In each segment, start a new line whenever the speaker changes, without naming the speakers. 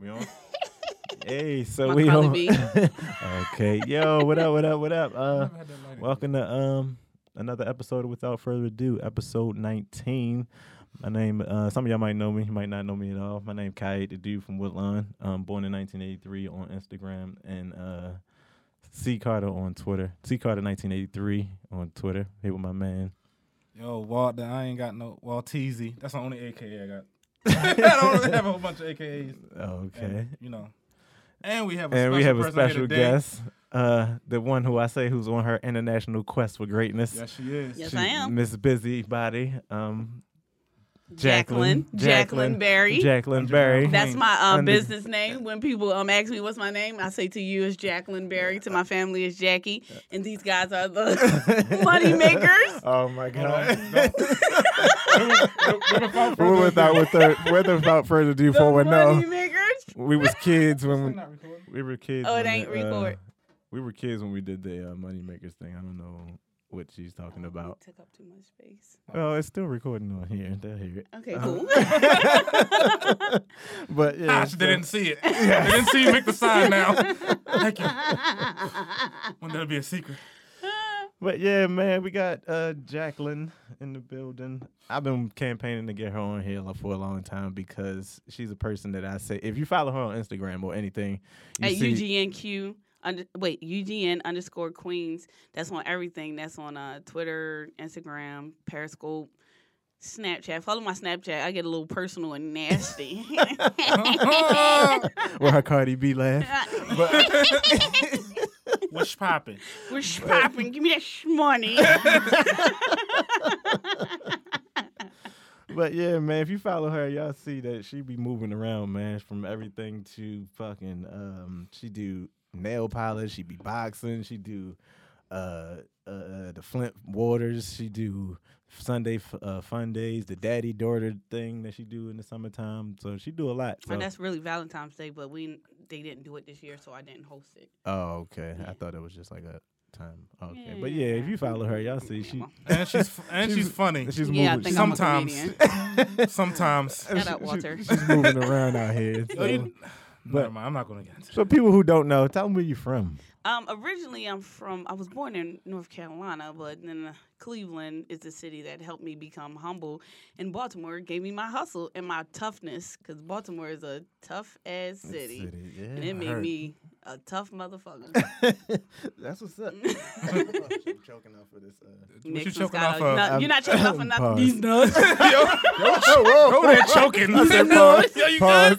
We on? hey, so
My
we
Carly
on.
B.
okay, yo, what up? What up? What up? Uh,
Never had that lighter.
welcome to um another episode of Without Further Ado, episode nineteen. My name, uh, some of y'all might know me, you might not know me at all. My name Kai, the dude from Woodlawn. Um, born in 1983 on Instagram and uh, C Carter on Twitter. C Carter 1983 on Twitter. Here with my man.
Yo, Walt, I ain't got no Walt Teasy. That's the only AKA I got. I don't really have a whole bunch of AKAs.
Okay.
And, you know. And we have a
and
special
we have a
person here
special
today.
guest, uh, the one who I say who's on her international quest for greatness.
Yes, she is.
Yes,
She-
I am.
Miss Busybody, um,
Jacqueline.
Jacqueline.
Jacqueline Barry.
Jacqueline
Jacqueline
Berry.
Barry.
That's my um,
Under-
business name. When people um ask me what's my name, I say to you it's Jacqueline Barry, to my family it's Jackie, and these guys are the money makers.
Oh my God.
Without
Well, without, without, without further ado,
The
for
money
no,
makers.
we was kids when we were kids.
Oh, it
when
ain't
the, uh,
record.
we were kids when we did the uh, moneymakers thing. I don't know what she's
Oh,
talking about.
Took up too much space.
Oh, it's still recording on here. They'll hear it.
Okay, cool.
Oh. but yeah,
Gosh,
so-
they Ah, didn't see it. They didn't see you make the sign now. Thank you. Well, that'll be a secret.
But yeah, man, we got uh Jacqueline in the building. I've been campaigning to get her on here for a long time because she's a person that I say if you follow her on Instagram or anything, you
At
see,
UGNQ. Under, wait, UGN underscore Queens. That's on everything. That's on uh, Twitter, Instagram, Periscope, Snapchat. Follow my Snapchat. I get a little personal and nasty.
or her Cardi B laugh.
What's popping?
We're shopping. Give me that sh- money.
But yeah, man, if you follow her, y'all see that she be moving around, man, from everything to fucking um she do nail polish, she be boxing, she do uh uh the Flint Waters, she do Sunday f- uh, fun days, the daddy daughter thing that she do in the summertime. So she do a lot.
Well,
so-
Oh, that's really Valentine's Day, but we they didn't do it this year, so I didn't host it.
oh, okay. I
Yeah.
thought it was just like a time. Okay. But yeah, if you follow her, y'all see she
And she's f- and she's,
She's-
funny.
she's
yeah, I
moving.
think
Sometimes.
I'm a comedian.
Sometimes.
Shut up,
she-
Walter.
she's moving around out here.
Oh,
so-
you- Never
But-
mind. I'm not gonna get into it.
So people who don't know, tell them where you from.
Um, originally, I'm from. I was born in North Carolina, but then uh, Cleveland is the city that helped me become humble, and Baltimore gave me my hustle and my toughness, because Baltimore is a tough ass city. And
City,
it made
heard.
me a tough motherfucker.
yeah. That's what's up. I'm choking up for this. Uh...
Nick
you
from
choking
Scott-
off of?
No,
Um,
you're not choking off enough.
pause.
These nuts.
Yo, whoa,
Go there choking.
I said pause.
Yeah, you
pause.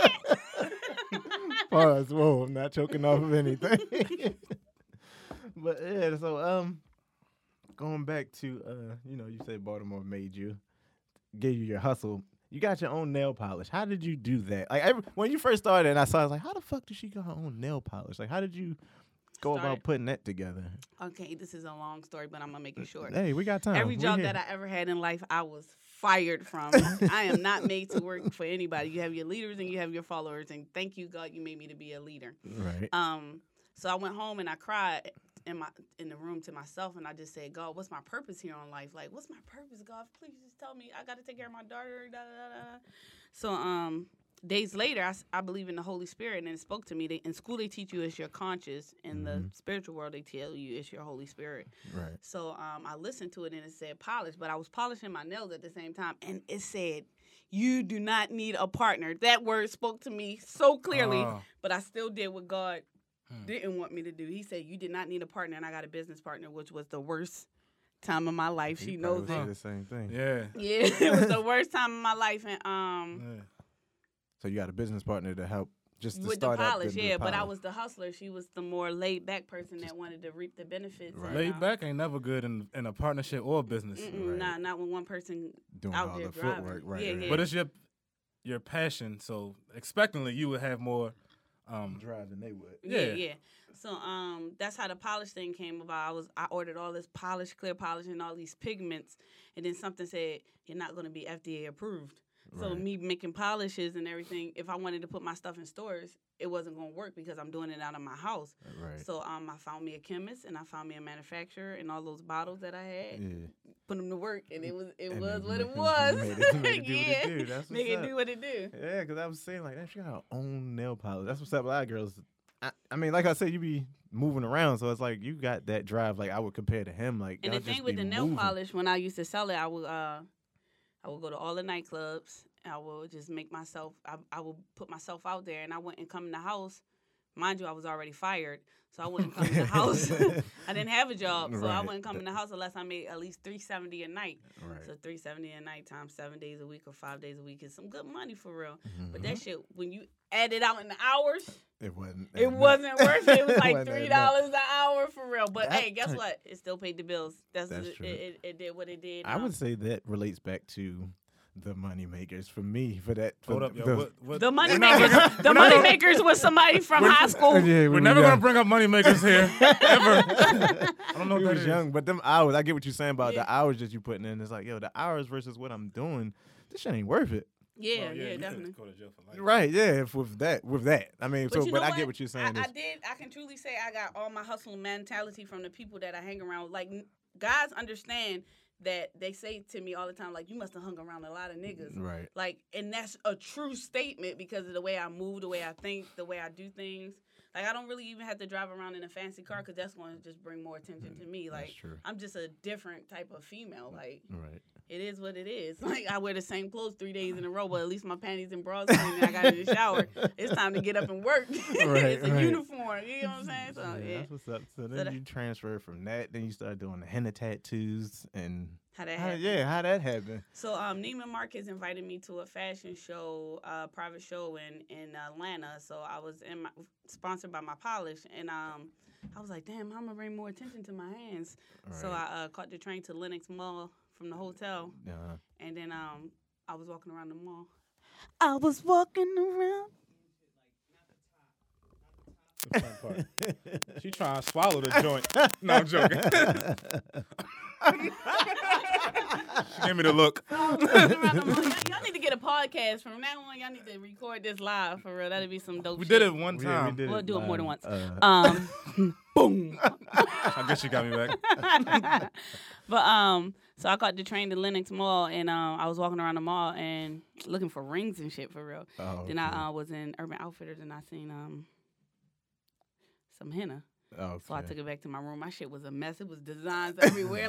pause. Whoa, I'm not choking off of anything. but yeah, so um, going back to uh, you know, you said Baltimore made you, gave you your hustle. You got your own nail polish. How did you do that? Like every, when you first started, and I saw, I was like, how the fuck did she get her own nail polish? Like, how did you go about
Started-
putting that together?
okay, this is a long story, but I'm gonna make it short.
Hey, we got time.
Every job that I ever had in life, I was fired from. I am not made to work for anybody. You have your leaders and you have your followers, and thank you, God, you made me to be a leader.
right.
Um, so I went home and I cried in my in the room to myself, and I just said, God, what's my purpose here on life? Like, what's my purpose, God? Please just tell me. I got to take care of my daughter. Da, da, da, da, da. So um, days later, I, s- I believe in the Holy Spirit, and it spoke to me. They, in school, they teach you it's your conscience. In the spiritual world, they tell you it's your Holy Spirit.
Right.
So um, I listened to it and it said polish, but I was polishing my nails at the same time, and it said, "You do not need a partner." That word spoke to me so clearly,
Oh.
but I still did what God
Hmm.
didn't want me to do. He said, "You did not need a partner," and I got a business partner, which was the worst time of my life. She knows
probably
it.
the same
said
thing.
Yeah.
Yeah, it was the worst time of my life, and um.
yeah.
So you got a business partner to help just to
with the
start out
polish,
the
yeah, but I
polish.
was the hustler. She was the more laid back person that wanted to reap the benefits. and,
Right.
Laid
um,
back ain't never good in, in a partnership or business.
Mm-mm,
Right.
Nah, not when one person
doing
out
all
there
the
driving.
footwork, right?
Yeah, yeah.
But it's your your passion, so expectantly you would have more. Um,
Driving, they would.
Yeah,
Yeah.
yeah. So um, that's how the polish thing came about. I was I ordered all this polish, clear polish, and all these pigments, and then something said you're not going to be FDA approved. So
Right.
me making polishes and everything, if I wanted to put my stuff in stores, it wasn't gonna work because I'm doing it out of my house.
Right.
So um, I found me a chemist and I found me a manufacturer and all those bottles that I had,
yeah.
put them to work, and it was it
And
was
then
what
you
it was.
made it- you made it do what it
yeah,
do. That's
make
what's
it
up.
do what it do.
Yeah, because I was saying like, damn, she got her own nail polish. That's what's up. A lot of girls. I, I mean, like I said, you be moving around, so it's like you got that drive. Like I would compare to him. Like
And
y'all
the thing
just
with
be
the nail
moving.
polish, when I used to sell it, I would uh, I would go to all the nightclubs. I would just make myself. I, I would put myself out there, and I wouldn't come in the house. Mind you, I was already fired, so I wouldn't come in the house. I didn't have a job, so I
Right.
wouldn't come in the house unless I made at least three seventy a night.
Right.
So three seventy a night times seven days a week or five days a week is some good money for real. But
Mhm.
that shit, when you add it out in the hours,
it wasn't.
it wasn't worth it. It was like
Wasn't
three
enough.
dollars an hour for real. But
That-
hey, guess what? It still paid the bills. That's,
That's
it,
true.
It, it did what it did.
I
um,
would say that relates back to the money makers for me for that. For
Hold up, yo.
the-
What, what,
the money
we're not
makers. the
bringing- we're not
money
gonna-
makers was somebody from high school.
Yeah,
We're
we
never
young.
gonna bring up money makers here ever. I don't know
we
what that
was
is.
young, but them hours. I get what you're saying about
Yeah.
the hours that you putting in. It's like, yo, the hours versus what I'm doing. This shit ain't worth it.
Yeah, yeah,
Oh, you could
definitely.
Go to jail for life.
Right? Yeah. If with that, with that. I mean, so
you
but
know
I get what you're saying.
I, I
is-
did. I can truly say I got all my hustle mentality from the people that I hang around. with. Like n- guys understand that they say to me all the time, like you must have hung around a lot of niggas.
right.
Like, and that's a true statement because of the way I move, the way I think, the way I do things. Like, I don't really even have to drive around in a fancy car because that's going to just bring more attention to me. Like,
That's true.
I'm just a different type of female. Like,
Right.
it is what it is. Like, I wear the same clothes three days in a row, but at least my panties and bras clean and I got in the shower. It's time to get up and work. it's a
right.
uniform. You know what I'm saying? So, yeah.
That's what's up. So then
that-
you transfer from that, then you start doing the henna tattoos and
How that
how,
happened.
yeah, how that happened.
So um, Neiman Marcus invited me to a fashion show, uh, private show in in Atlanta. So I was in my, sponsored by my polish, and um, I was like, damn, how am gonna bring more attention to my hands? So
Right.
I uh, caught the train to Lenox Mall from the hotel,
Uh,
and then um, I was walking around the mall. I was walking around.
The fun part. She trying to swallow the joint. No, I'm joking. she gave me the look.
I was walking around the mall. Y'all, y'all need to get a podcast from now on. Y'all need to record this live for real. That'd be some dope.
We
shit.
did it one
Oh, yeah,
time.
did
We'll do it more than
live.
once.
Uh,
Um, boom.
I guess she got me back.
but um, so I caught the train to Lenox Mall, and um, I was walking around the mall and looking for rings and shit for real.
oh, okay.
Then I uh, was in Urban Outfitters, and I seen um some henna,
Okay.
um, so I took it back to my room. My shit was a mess. It was designs everywhere,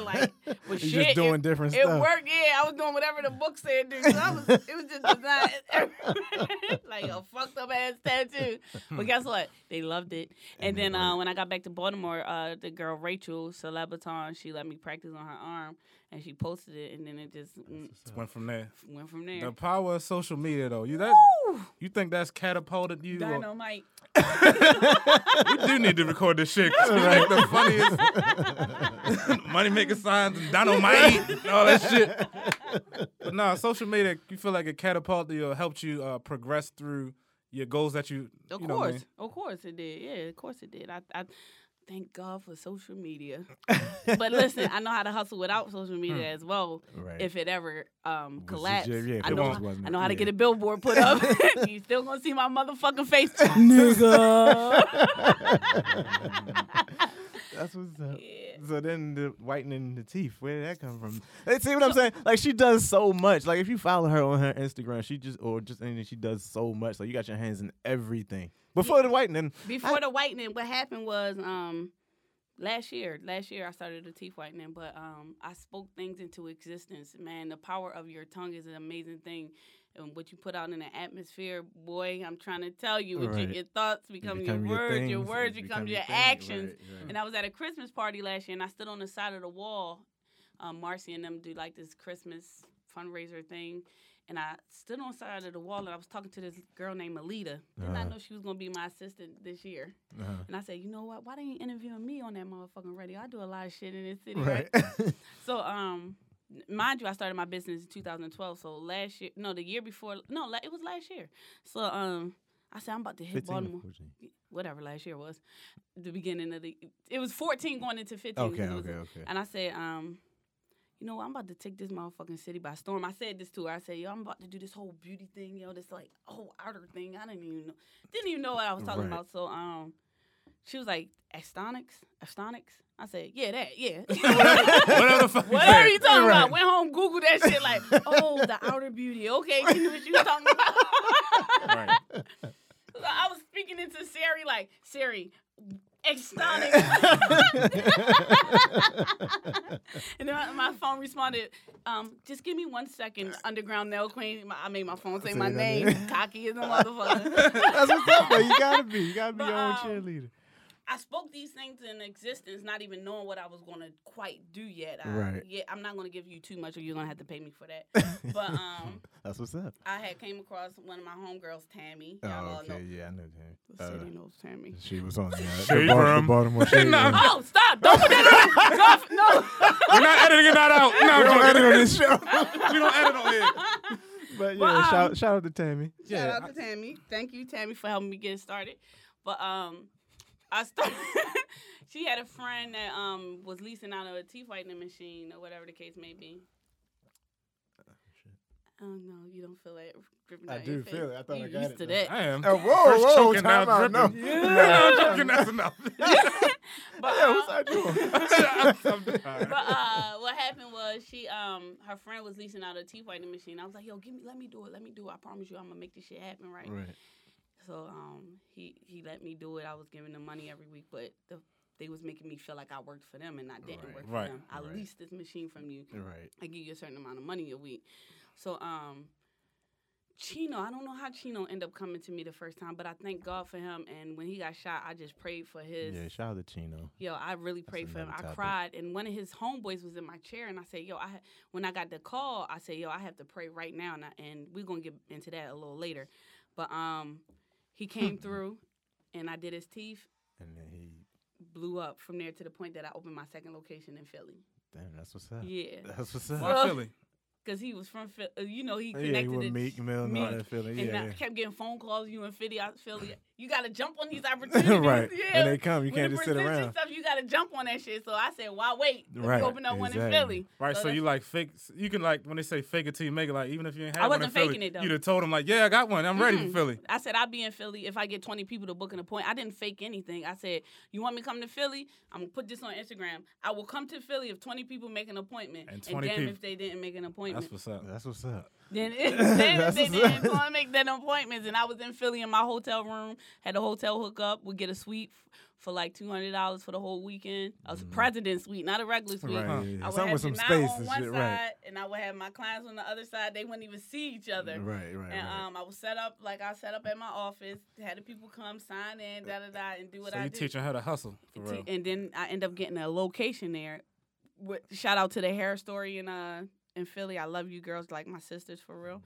like
You
with
just
shit.
doing
it,
different
it
stuff.
worked, yeah. I was doing whatever the book said, dude. So I was, it was just design, everywhere. like a fucked up ass tattoo. But guess what? They loved it. And,
And it
then uh,
worked.
when I got back to Baltimore, uh, the girl Rachel Celebaton, she let me practice on her arm, and she posted it, and then it just mm,
Just went from there.
went from there.
The power of social media, though. You that
Woo!
you think that's catapulted you? or-
Dynamite.
we do need to record this shit. 'cause we make the funniest money making signs and dynamite and all that shit. But nah, social media. You feel like it catapulted you or helped you uh, progress through your goals that you.
Of
you know what I
course,
mean?
of course it did. Yeah, of course it did. I, I thank God for social media. but listen, I know how to hustle without social media
Hmm.
as well.
Right.
If it ever um
Was it
collapsed,
ju- yeah, if
I
it
know
was-
how,
wasn't
I
it?
know how to get
Yeah.
a billboard put up. you still gonna see my motherfucking face, nigga.
That's what's up.
Yeah.
So then the whitening the teeth, where did that come from? Hey, see what I'm saying? Like she does so much. Like if you follow her on her Instagram, she just or just anything, she does so much. Like you got your hands in everything. Before the whitening,
Before the whitening, what happened was um last year. Last year I started the teeth whitening, but um I spoke things into existence. Man, the power of your tongue is an amazing thing. And what you put out in the atmosphere, boy, I'm trying to tell you, what you,
Right.
your thoughts become,
become
your
your
words, your
things,
words
it
become
become
your
your thing,
actions.
right, right.
And I was at a Christmas party last year, and I stood on the side of the wall. Um, Marcy and them do like this Christmas fundraiser thing, and I stood on the side of the wall, and I was talking to this girl named Alita. Did not
Uh-huh.
know she was gonna be my assistant this year.
uh
And I said, you know what? Why they ain't interviewing me on that motherfucking radio? I do a lot of shit in this city, right?
right.
So, um, mind you, I started my business in 2012. So last year, no, the year before, no, la- it was last year. So, um, I said I'm about to hit
15 or
Baltimore
14.
whatever last year was, the beginning of the it was fourteen going into fifteen.
Okay,
because it was-
okay, okay.
And I said, um, you know, what, I'm about to take this motherfucking city by storm. I said this to her. I said, yo, I'm about to do this whole beauty thing, yo, this like whole outer thing. I didn't even know, didn't even know what I was talking
Right.
about. So, um, she was like, Astonics, Astonics. I said, yeah, that, yeah.
Whatever the fuck. you
Whatever
said.
you talking about. Went home, Googled that shit like, oh, the outer beauty. Okay, she knew what you was talking about.
Right.
So I was speaking into Siri like, Siri, extonic. and then my, my phone responded, um, just give me one second, underground nail queen. My, I made my phone say
Say
my
that
name,
name.
cocky as a motherfucker.
That's what's up, though. You gotta be. You gotta be
But,
your own
um,
cheerleader.
I spoke these things in existence, not even knowing what I was gonna quite do yet. I,
Right.
Yeah, I'm not gonna give you too much, or you're gonna have to pay me for that. but um,
That's what's up.
I had came across one of my homegirls, Tammy. Y'all
Oh,
all
okay. Uh,
know.
Yeah, I knew
The
that.
city knows Tammy.
she was on the, uh, the,
Shade
Bar- the
room.
Baltimore Shade
Nah.
Room.
Oh, stop! Don't put that on. No, no.
We're not editing that out. No,
We
I'm
don't edit on
joking.
this show.
we don't edit on here.
but yeah,
um,
shout, shout out to Tammy.
Shout
Yeah,
out to Tammy. Thank you, Tammy, for helping me get started. But um, I started. she had a friend that um was leasing out a teeth whitening machine or whatever the case may be. Oh no, you don't feel it. dripping
Uh, I
down your
do feel
face.
it. I thought
you
I got
used
it
to
now.
that.
I am.
Oh, whoa,
First
whoa,
choking,
time
now
out. No.
dripping.
No,
I'm joking. That's enough.
But,
Yeah, what's
um,
I doing?
I'm- I'm tired.
but uh, what happened was she um her friend was leasing out a teeth whitening machine. I was like, yo, give me, let me do it, let me do it. I promise you, I'm gonna make this shit happen, right?
Right.
So um he he let me do it. I was giving them money every week, but the, they was making me feel like I worked for them and I didn't
Right.
work
Right,
for them. I
right.
leased this machine from you.
Right.
I give you a certain amount of money a week. So um Chino, I don't know how Chino ended up coming to me the first time, but I thank God for him. And when he got shot, I just prayed for his
Yeah, shout out to Chino.
Yo, I really prayed for him.
another
I
topic.
cried, and one of his homeboys was in my chair, and I said, "Yo, I ha- when I got the call, I said, "Yo, I have to pray right now," and, I, and we're gonna get into that a little later. But um, he came through, and I did his teeth,
And then he,
blew up from there to the point that I opened my second location in Philly.
damn, that's what's up.
Yeah,
That's what's up.
Well,
Why Philly?
because he was from Philly. You know, he
yeah, he
connected
would
to
Meek Mill and all
Meek
that feeling.
and I
Yeah,
kept getting phone calls. You in Philly, I- Philly, you gotta jump on these
yeah.
opportunities.
right.
Yeah,
And they come. You
When
can't
the
just sit
prescription
around.
Stuff, you got to jump on that shit. So I said, why wait? Let's
Right,
open up one in
exactly.
Philly.
Right,
So
so
that's-
you like fake. You can like when they say fake it till you make it. Like even if you ain't
I
have one in
wasn't
Philly,
faking it, though. Mm-hmm.
You'd have told them like, yeah, I got one. I'm ready for
Mm-mm.
Philly.
I said, I'll be in Philly if I get 20 people to book an appointment. I didn't fake anything. I said, you want me to come to Philly? I'm going to put this on Instagram. I will come to Philly if 20 people make an appointment.
And 20
damn
people.
if they didn't make an appointment.
That's what's up.
That's what's up.
Then it, then if
That's
they
what's up.
didn't go and make that appointments, and I was in Philly in my hotel room, had a hotel hookup, would get a suite f- for like two hundred dollars for the whole weekend. I was a president suite, not a regular suite.
Mm-hmm. Right.
Huh.
yeah, yeah.
I would
Something
have
with some
Janai
space
on
and
one
shit.
side,
Right.
and I would have my clients on the other side. They wouldn't even see each other.
Right, right, right.
And um, I was set up like I set up at my office, had the people come sign
Uh,
in, da da da, and do what
so
I
you
do.
teaching her to hustle for
T-
real.
and then I end up getting a location there. With, shout out to the hair story in uh in Philly. I love you girls like my sisters for real.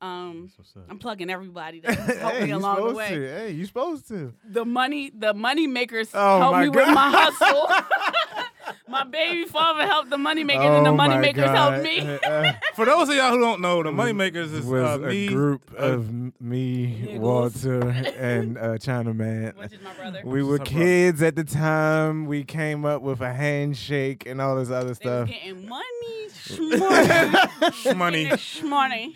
Um,
That's what's up.
I'm plugging everybody that helped me
Mm-hmm. you
along the
supposed
way.
to. Hey, you supposed to.
The money, the money makers
Oh,
helped
my
me with
God.
my hustle. my baby father helped the money makers, and the
Oh
money
my
makers
God.
helped me.
Uh,
For those of y'all who don't know, the Moneymakers is
was
uh, me,
a group
uh,
of m- me,
Niggles.
Walter, and uh, China Man.
Which is my brother.
We
Which is
were
her brother.
kids at the time. We came up with a handshake and all this other
They was
stuff.
getting money, shmoney,
money.
shmoney.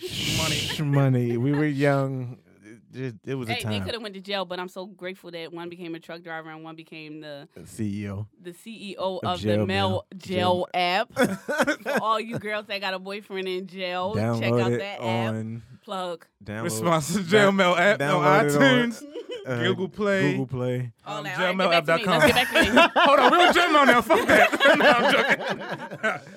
Shh, money. We were young. It, just- it was
Hey,
a
they
time.
could have went to jail, but I'm so grateful that one became a truck driver and one became the
CEO.
the CEO of,
Jail
the Mel
Mail.
Jail app. For all you girls that got a boyfriend in jail, check
Download
out
it
that app.
on
Plug.
download,
Responsive Jail Mail app on
download it on-
iTunes.
uh,
Google Play.
Google Play.
All
Um,
that. All right, get back to me.
jailmail.com.
Let's get back to me.
Hold on, real Jail Mail now. Fuck that. no, I'm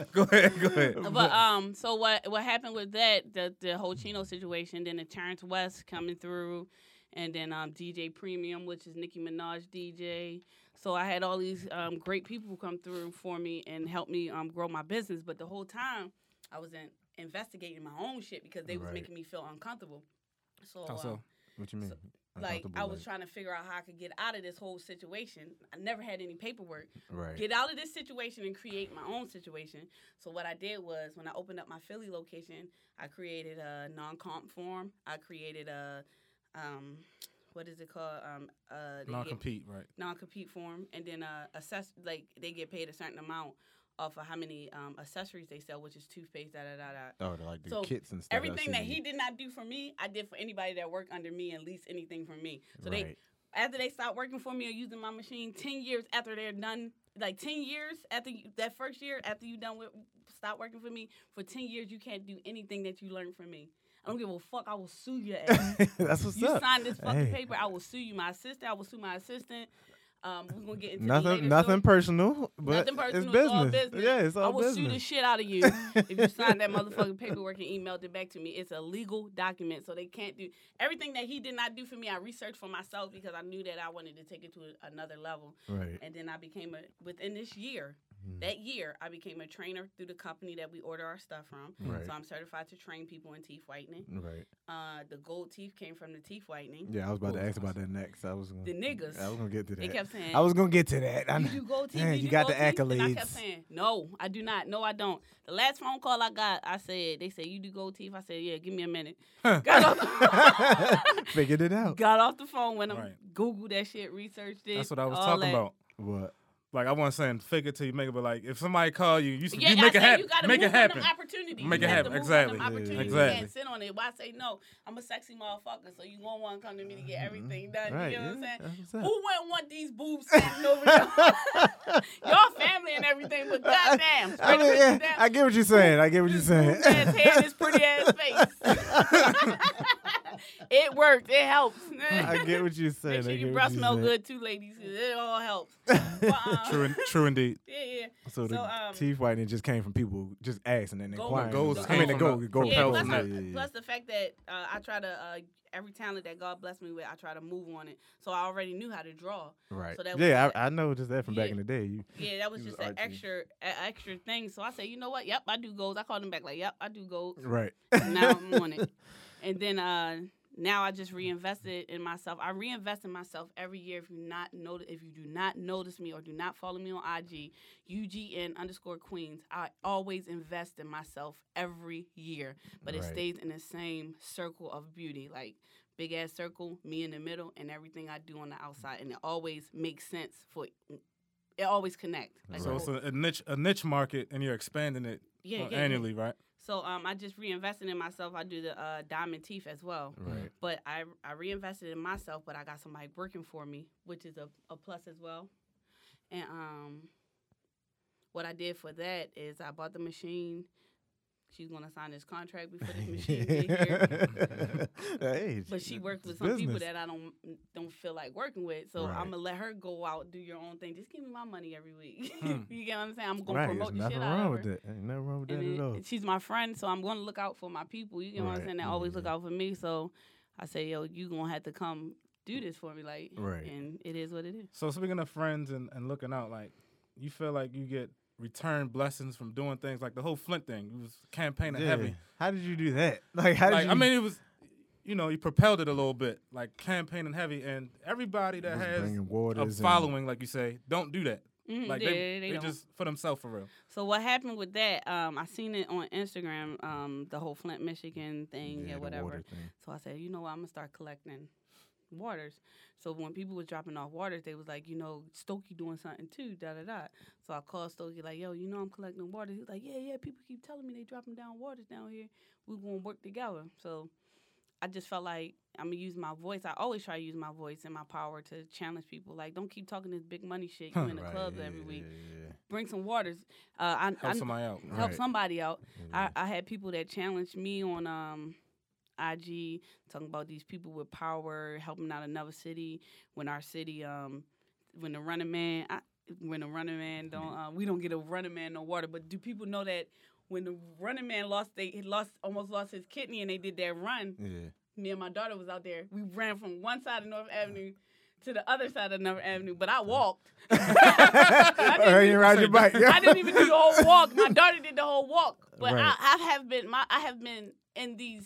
joking. go ahead, go ahead.
But um, so what what happened with that the the whole Chino situation? Then the Terrence West coming through, and then um DJ Premium, which is Nicki Minaj DJ. So I had all these um, great people come through for me and help me um grow my business. But the whole time I was in, investigating my own shit because they was
Right.
making me feel uncomfortable. So,
How
um,
so?
What you mean?
like
Uncomfortable,
I was trying to figure out how I could get out of this whole situation. I never had any paperwork
Right.
get out of this situation and create my own situation. So what I did was when I opened up my Philly location, I created a non-comp form. I created a um, what is it called? Um, uh, they get-
Non compete, right?
non-compete form, and then uh, assess like they get paid a certain amount off of how many um, accessories they sell, which is toothpaste, da da da da.
Oh, they're like the
So,
kits and stuff. E I've
Everything that
seen.
he did not do for me, I did for anybody that worked under me and leased anything from me. So they
right.
after they stop working for me or using my machine, ten years after they're done, like ten years after you, that first year after you done with stop working for me for ten years, you can't do anything that you learned from me. I don't give a fuck. I will sue your ass.
That's what's
you
up.
signed this fucking
Hey.
paper. I will sue you. My assistant. I will sue my assistant. Um, we're gonna get into these later,
Nothing, nothing
so-
personal, but
Nothing personal.
it's business.
It's all business.
Yeah, it's all
I will
business.
sue the shit out of you if you sign that motherfucking paperwork and emailed it back to me. It's a legal document, so they can't do everything that he did not do for me. I researched for myself because I knew that I wanted to take it to a- another level.
right.
And then I became a within this year.
Mhm.
That year, I became a trainer through the company that we order our stuff from.
Right.
So I'm certified to train people in teeth whitening.
Right.
Uh, the gold teeth came from the teeth whitening.
Yeah, I was about to
Cool.
ask about that next. I was gonna,
The niggas.
I was gonna get to
They
that.
kept saying,
I was gonna get to that. I
You
know.
do gold teeth.
Man,
do
you
you
got
gold
the
teeth? And I kept
accolades.
saying, no, I do not. No, I don't. The last phone call I got, I said, they said, you do gold teeth. I said, yeah, give me a minute. Got, off the,
Figured it out.
got off the phone, went and
Right.
Googled that shit, researched it.
That's what I was
all
talking
that.
about.
What?
Like I wasn't saying fake it till you make it, but like if somebody call you, you, s-
Yeah,
you make
I
it
said
happen.
you gotta
Make
move
it
on them
happen.
Opportunities.
Make
You
it
have to move on
happen.
them
Exactly.
Opportunities.
Exactly.
You can't sit on it. Why say no? I'm a sexy motherfucker, so you gonna want to come to me to get everything done.
Mm-hmm. Right.
You know what I'm
yeah,
saying?
that's
Who
what's up.
wouldn't want these boobs sitting over y'all? y'all family and everything, but goddamn,
I mean,
spread the
yeah,
bitches out.
I get what you're saying. I get what you're saying.
This man's hair in his pretty ass face. it worked. It helps.
I get what you're saying. I
Make sure
get
your
what
breath
you're
smell
saying.
good too, ladies. It all helps. But, um,
True, in- true indeed.
Yeah, yeah.
So the
So, um,
teeth whitening just came from people just asking and
Gold-
inquiring.
Gold
I mean, the
came
gold,
from
gold.
the-
Yeah,
Propel
plus,
from
I,
that.
plus the fact that uh, I try to uh, every talent that God blessed me with, I try to move on it. So I already knew how to draw.
right.
so that was
yeah,
like-
I, I know just that from back
Yeah.
in the day. You,
Yeah, that was
He was
just an
artsy.
extra, a extra thing. So I said, you know what? Yep, I do goals. I called him back like, yep, I do goals.
right.
now I'm on it. And then uh now I just reinvested in myself. I reinvest in myself every year. If you not notice, if you do not notice me or do not follow me on IG, UGN underscore Queens, I always invest in myself every year. But it
Right.
stays in the same circle of beauty, like big ass circle, me in the middle, and everything I do on the outside, and it always makes sense for. mm, It always connect. Like,
So
the
it's
whole-
a, a niche, a niche market, and you're expanding it
yeah,
uh,
yeah, yeah.
annually, right?
So um, I just reinvested in myself. I do the uh, diamond teeth as well.
Right.
But I, I reinvested in myself, but I got somebody working for me, which is a, a plus as well. And um, what I did for that is I bought the machine. She's gonna sign this contract before this machine get here.
Hey,
But she
it's
worked with some people
business.
that I don't don't feel like working with, so
Right.
I'm gonna let her go out do your own thing. Just give me my money every week.
Hmm.
you get what I'm saying? I'm gonna
Right,
promote
there's nothing
the shit out
wrong
of her.
with that. Ain't nothing wrong with that
And
at
it-
all.
she's my friend, so I'm gonna look out for my people. You get what I'm
Right,
saying? They
yeah,
always look
yeah.
out for me. So I say, yo, you gonna have to come do this for me, like,
Right.
and it is what it is.
So speaking of friends and, and looking out, like you feel like you get return blessings from doing things like the whole Flint thing. You was campaigning heavy.
How did you do that? Like, how did
Like
you?
I mean, it was, you know, you propelled it a little bit, like campaigning heavy, and everybody that
was
has
bringing
a
waters and-
following, like you say, don't do that.
Mhm,
Like
yeah,
they, they,
don't.
just for themselves for real.
So what happened with that? Um, I seen it on Instagram, um, the whole Flint, Michigan thing, yeah,
the
whatever.
water thing.
So I said, you know what? I'm gonna start collecting waters. So when people was dropping off waters, they was like, you know, Stokey doing something too, da da da. So I called Stokey like, yo, you know, I'm collecting waters. He was like, yeah, yeah. People keep telling me they dropping down waters down here. We gonna work together. So I just felt like I'm gonna use my voice. I always try to use my voice and my power to challenge people. Like, don't keep talking this big money shit. You in the
Right,
club
yeah,
every
yeah,
week.
yeah, yeah.
Bring some waters. Uh, I,
Help
I-
somebody out.
Right.
help somebody out.
Yeah.
I, I had people that challenged me on um, IG talking about these people with power helping out another city when our city um, when the running man I, when the running man don't uh, we don't get a running man no water but do people know that when the running man lost they he lost almost lost his kidney and they did that run
yeah.
me and my daughter was out there we ran from one side of North Avenue to the other side of North Avenue but I walked I didn't
All right, you
even-
ride your bike.
I didn't even do the whole walk. My daughter did the whole walk. But
Right.
I, I have been my I have been in these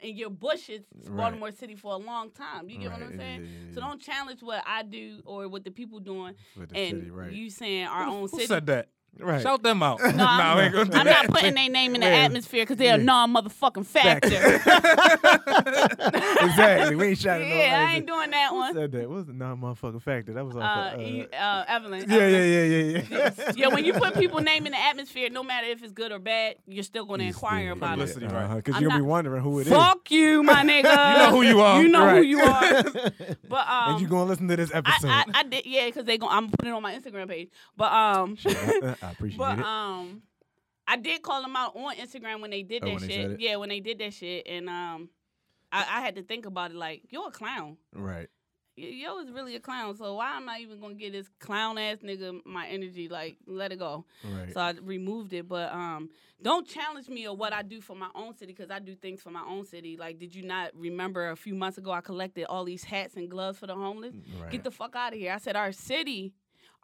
in your bushes,
Right.
Baltimore City for a long time. You get what
Right,
I'm
yeah,
saying?
yeah, yeah,
So
yeah.
don't challenge what I do or what the people doing
For the
and
city, right?
you saying our own
Who
city.
said that?
Right.
Shout them out.
No, I'm,
nah, we ain't gonna do
I'm
that.
not putting their name in the
Man.
atmosphere because they're a non-motherfucking factor.
exactly. We ain't shouting no
yeah, I
lights.
ain't doing that
Who
one.
said that? What's the non motherfucking factor? That was off.
Uh,
of, uh,
you- uh, Evelyn.
yeah,
Evelyn.
yeah, yeah, yeah, yeah.
Yeah, when you put people's name in the atmosphere, no matter if it's good or bad, you're still going to inquire about it.
Publicity, right.
Because
I'm
you're gonna Uh-huh, be
not-
wondering who it is,
Fuck you, my nigga.
You know who you are.
You know who
Right.
you are. But um,
and you're gonna listen to this
I,
episode.
I, I did, yeah, because they going I'm putting it on my Instagram page. But um,
I, I appreciate
but
it.
um, I did call them out on Instagram when they did
Oh,
that
when they said
shit.
it?
Yeah, when they did that shit, and um, I, I had to think about it. Like, you're a clown.
right.
Y- Yo is really a clown. So why am I even gonna give this clown ass nigga my energy? Like, let it go.
Right.
So I removed it. But um, don't challenge me or what I do for my own city because I do things for my own city. Like, did you not remember a few months ago I collected all these hats and gloves for the homeless?
right.
Get the fuck out of here. I said, our city.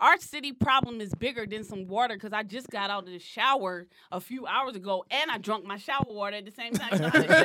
Our city problem is bigger than some water because I just got out of the shower a few hours ago and I drunk my shower water at the same time. So I had a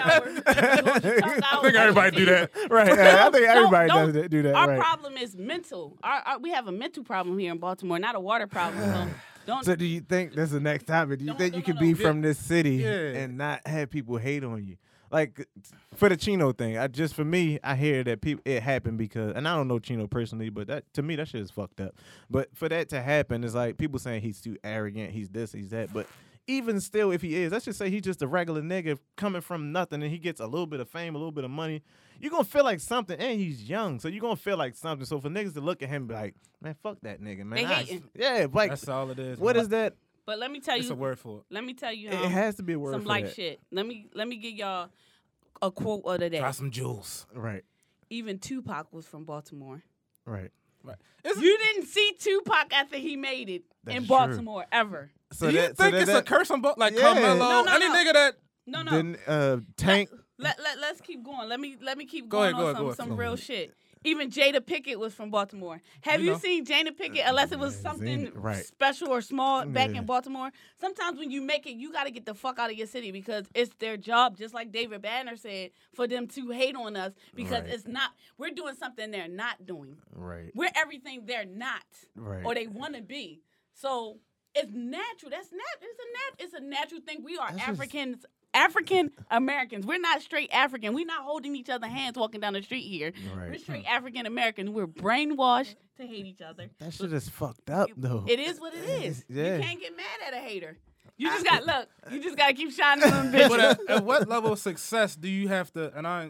shower. Don't you talk
I
out on
think everybody do
TV.
that.
right. I think
Don't-
everybody
don't-
does that, do that.
Our
right.
problem is mental. Our, our, we have a mental problem here in Baltimore, not a water problem. So don't
So do you think that's the next topic? Do you
No,
think
no,
you
no,
could
no.
be
Yeah.
from this city
Yeah.
and not have people hate on you? Like for the Chino thing, I just for me, I hear that people it happened because, and I don't know Chino personally, but that to me that shit is fucked up. But for that to happen, it's like people saying he's too arrogant, he's this, he's that. But even still, if he is, let's just say he's just a regular nigga coming from nothing, and he gets a little bit of fame, a little bit of money. You're gonna feel like something, and he's young, so you're gonna feel like something. So for niggas to look at him and be like, man, fuck that nigga, man.
They
I-
hating.
yeah, like
That's all it is.
what
man.
is that?
But let me tell
It's a
you.
word for it.
Let me tell you.
it
Um,
has to be a word
some
for
light
that.
shit. Let me let me give y'all a quote of the day.
Try some jewels.
Right,
Even Tupac was from Baltimore.
right.
Right. It's,
You didn't see Tupac after he made it
That's
in
true.
Baltimore ever.
So
do you
that, so
think
that-
it's a
that-
curse on both? Like
Yeah.
Carmelo,
No,
no,
any
no.
nigga that
No, no.
Then uh, Tank.
let, let let's keep going. Let me let me keep
Go
going
ahead, go
on
ahead, go
some,
ahead.
some real shit. Even Jada Pickett was from Baltimore. Have you,
know.
seen Jada Pickett unless it was
Yeah,
something
Zane- right.
special or small back
Yeah.
in Baltimore? Sometimes when you make it, you got to get the fuck out of your city because it's their job, just like David Banner said, for them to hate on us because
Right.
it's not we're doing something they're not doing.
Right,
We're everything they're not
right.
or they want to be. So it's natural. That's nat. It's a nat. It's a natural thing. We are
That's just-
Africans. African Americans. We're not straight African. We're not holding each other hands walking down the street here. We're
Right.
straight African Americans. We're brainwashed to hate each other.
that shit is fucked up though.
It is what it is.
Yeah.
You can't get mad at a hater. You just got look. You just gotta keep shining them bitches.
but at, at what level of success do you have to? And I,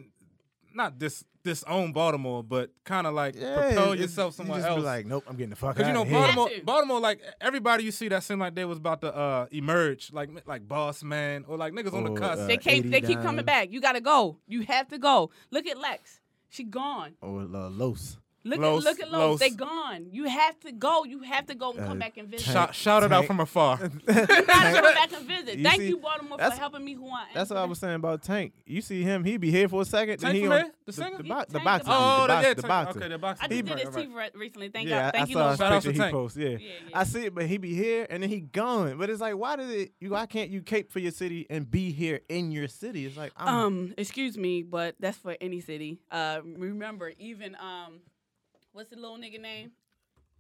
not dis disown Baltimore, but kind of like
Yeah,
propel
it's-
yourself somewhere
you just be
else.
like, nope, I'm getting the fuck out
Cause you know
of here.
Baltimore,
Had to.
Baltimore, like everybody you see that seemed like they was about to uh, emerge, like like Boss Man or like niggas on
Or,
the cusp.
uh,
they can't. They keep coming
89.
back. You gotta go. You have to go. Look at Lex. She gone.
Or uh, Los.
Look
Los,
at look at Los.
Los.
They gone. You have to go. You have to go and come
Uh,
back and visit.
Shout, shout it out
Tank.
from afar.
You gotta come back and visit.
You
Thank
see,
you, Baltimore, for
that's-
helping me who I am.
That's what I was saying about Tank. You see him, he be here for a second. then
Tank
he
from
on-
here? The singer?
The,
Yeah,
box, the
Tank,
boxer.
the boxer.
oh,
the,
that,
box,
yeah,
the
Tank-
boxer.
okay, the boxer.
I just did
Right,
his
right.
teeth re- recently. Thank
yeah,
y'all. Thank
I
you,
saw
Lord.
his
Shout out to
picture he
Tank.
posts. Yeah.
yeah.
I see it, but he be here and then he gone. But it's like, why did it? You, why can't you cape for your city and be here in your city? It's like, I'm
Um, excuse me, but that's for any city. Uh, remember, even um, what's the little nigga name?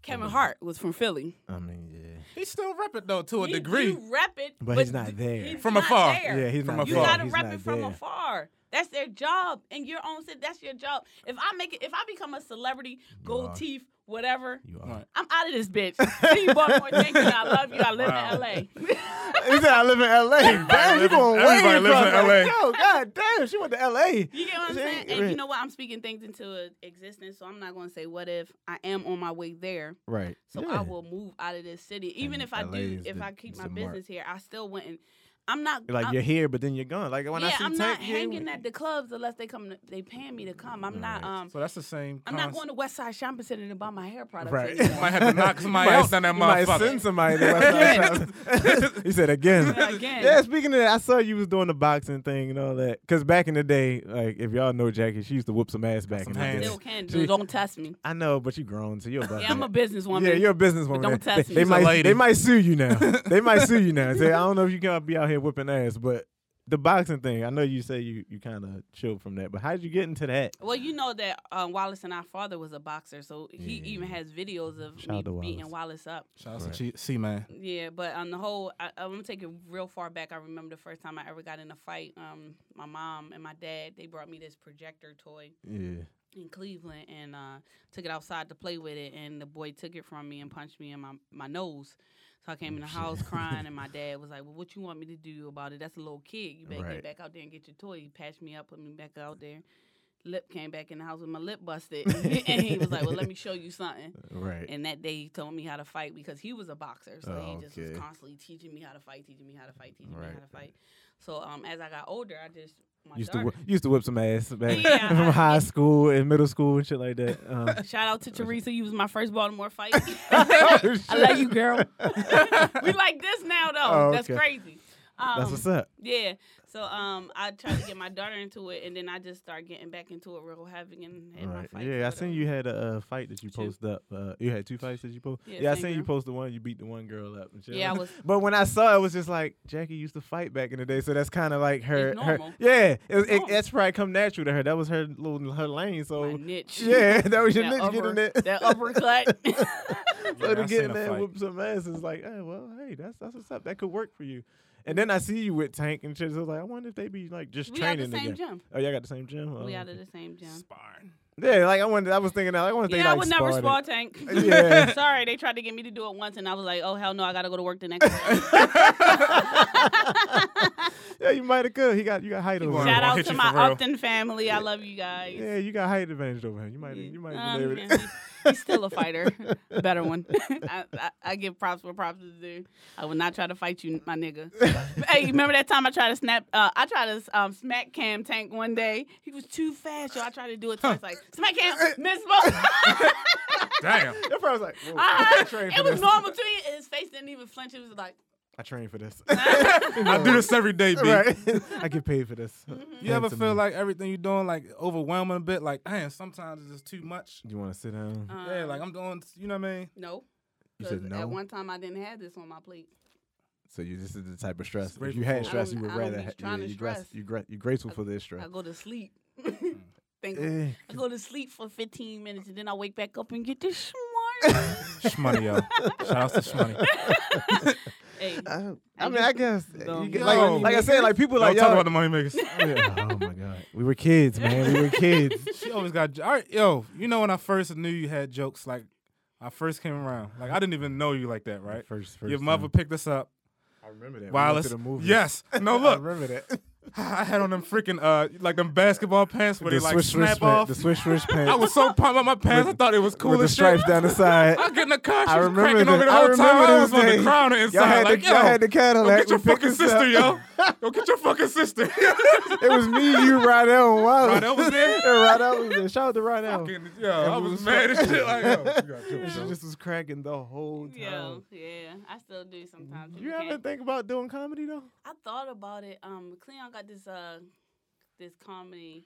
Kevin Hart was from Philly.
I mean, yeah.
He still rep it though to a
He-
degree.
you rep it,
But he's not
th-
there.
he's
From
not
afar.
there.
Yeah, he's
From
not
You
afar.
gotta
He's
rep
not
it from
there.
afar. That's their job in your own city. That's your job. If I make it, if I become a celebrity, gold
are.
teeth, whatever,
You are.
Right.
I'm out of this bitch. See you, Baltimore. Thank you. I love you. I live
Wow.
in LA.
He said I live in LA. Damn, you
live in-
going way
everybody
across
lives in
like,
LA.
Yo, god damn, she went to LA.
You get what I'm
She
saying?
ain't-
And you know what? I'm speaking things into uh, existence, so I'm not going to say what if. I am on my way there,
Right.
so I will move out of this city. Even
And
if I
LA
do,
is
if
the-
I keep
it's
my
the mark.
business here, I still wouldn't. I'm not
Like
I'm,
you're here, but then you're gone. Like when I
yeah,
see
I'm
Tank
not
here,
hanging at the clubs unless they come. To, they paying me to come. I'm not. Um,
So that's the same.
I'm not
concept.
going to West Side Shopping Center to buy my hair products.
Right.
anymore.
Might have to knock somebody
might,
out down that
you might
motherfucker.
send somebody. To West Side. he said again.
Yeah, again.
Yeah, speaking of that, I saw you was doing the boxing thing and all that. Cause back in the day, like if y'all know Jackie, she used to whoop some ass back
some
in
hands.
the
Still
day.
can
She-
do. Don't test me.
I know, but you grown, so you're about
Yeah, I'm a businesswoman.
Yeah, you're a businesswoman.
don't
They-
test
they,
me. She's a
might
lady.
they might sue you now. they might sue you now. and Say, I don't know if you can be out here whipping ass, but the boxing thing. I know you say you you kind of chilled from that, but how did you get into that?
Well, you know that uh, Wallace and our father was a boxer, so he
Yeah.
even has videos of
Shout out to
me beating Wallace up.
Shout out to C Man.
Yeah, but on the whole, I, I'm gonna take it real far back. I remember the first time I ever got in a fight. Um, my mom and my dad they brought me this projector toy
Yeah.
in Cleveland and uh, took it outside to play with it, and the boy took it from me and punched me in my my nose. So I
Oh,
came in the house crying, and my dad was like, "Well, what you want me to do about it? That's a little kid. You better
Right.
get back out there and get your toy." He patched me up, put me back out there. Lip came back in the house with my lip busted, and he was like, "Well, let me show you something."
Right.
And that day he told me how to fight because he was a boxer. So
Oh,
he just was
okay.
constantly teaching me how to fight, teaching me how to fight, teaching me how
Right.
to fight. So um, as I got older, I just my
used to
daughter.
whi- used to whip some ass back
Yeah,
from
I-
high school and middle school and shit like that. Um,
Shout out to Teresa. You was my first Baltimore fight.
oh,
I
shit.
love you, girl. we like this now though.
Oh,
That's
okay.
crazy. Um,
That's what's up.
Yeah. So um, I tried to get my daughter into it, and then I just started getting back into it real heavy and had my
Right.
fights.
Yeah, I
with
seen
her.
you had a uh, fight that you
Two.
posted up. Uh, you had two fights that you posted.
Yeah,
Yeah, I
same
seen you
girl.
post the one you beat the one girl up. And shit.
Yeah, I was.
But when I saw it, it was just like Jackie used to fight back in the day, so that's kind of like her.
It's
her-
normal.
yeah, it, was- it,
normal.
that's probably come natural to her. That was her little her lane. So
my niche.
yeah, that was your
That
niche
upper-
getting it.
That uppercut.
so
Yeah,
to
I
get
seen
in
a
there
fight.
and whoop some ass is like, hey, well, hey, that's that's what's up. That could work for you. And then I see you with Tank and shit. So I was like, I wonder if they be like just
we out
training
the same
again.
gym.
Oh, y'all got the same gym. Oh,
We out
okay.
of the same gym.
Sparring.
Yeah, like I wonder. I was thinking that. Like, I wonder if
Yeah,
they
I
like
would never
sparred it.
spar tank.
Yeah.
Sorry, they tried to get me to do it once, and I was like, "Oh hell no, I gotta go to work the next day."
Yeah, you might have could. He got you got height over.
won.
him.
Shout
I'll
out
hit
to
you
my
for real.
Upton family. I love you guys.
Yeah, you got height advantage over him. You might
Yeah.
you might
Um,
have been able to.
yeah, he- he's still a fighter, better one. I, I, I give props where props is due. I will not try to fight you, my nigga. hey, you remember that time I tried to snap? Uh, I tried to um, smack Cam Tank one day. He was too fast, so I tried to do it twice. Like smack Cam, miss both.
Damn.
That probably was like, Whoa, I
Uh-huh.
trained for
It was
this.
normal to me. His face didn't even flinch. It was like, um,
I trained for this.
I do this every day, B.
right. I get paid for this.
Mm-hmm.
You ever
Handsome
feel
me.
like everything you're doing like overwhelming a bit? Like, damn, sometimes it's just too much.
you want to sit down?
um,
yeah, like I'm doing, you know what I mean?
no.
You said
'Cause
no?
At one time, I didn't have this on my plate.
so you this is the type of stress. If
grateful
you had
for it.
stress,
I
you would
don't- I don't
rather
be
ha-
trying to
you dress.
stress.
You gra- you grateful for this stress.
I go to sleep. Think
Eh.
I go to sleep for 15 minutes and then I wake back up and get this smart.
Shmoney, yo. Shout out to Shmoney.
hey,
I,
I
I mean, I
just
guess eh,
don't
you get,
know.
like,
Yo.
like I said, like people like
Don't talk
y'all.
about the money makers.
Yeah, oh my god, we were kids, man. We were kids.
She always got j- all right, yo. You know when I first knew you had jokes, like I first came around, like I didn't even know you like that, right?
First, first
Your mother
time.
picked us up.
I remember that.
Wireless.
We went to the movie.
Yes. No,
I
look.
remember that.
I had on them freaking uh, like them basketball pants where
the
they like
swish,
snap
swish, pants,
off.
the swish, swish pants.
I was so pumped about my pants. I
With-
thought it was cool
with the
as
stripes
shit.
down the side.
I get in the car. She
I
was
remember
cracking over
this-
the
I
whole
remember
time. I
this
was on the
day.
crown and inside.
Y'all had,
like,
the,
yo,
y'all had the
go
Cadillac.
get your
We picked
fucking
us
sister,
up.
yo. Go get your fucking sister.
It was me, you, Rydell, and Wallace.
Rydell was there?
yeah, Rydell was there. Shout out to Rydell.
Fucking- yo, I
we
was
was
mad as
fucking-
shit. Like, yo, you got
She
your joke.
just was cracking the whole time.
yeah, yeah, I still do sometimes.
You
People
ever
can't-
think about doing comedy though?
I thought about it. Um, Cleon got this uh, this comedy.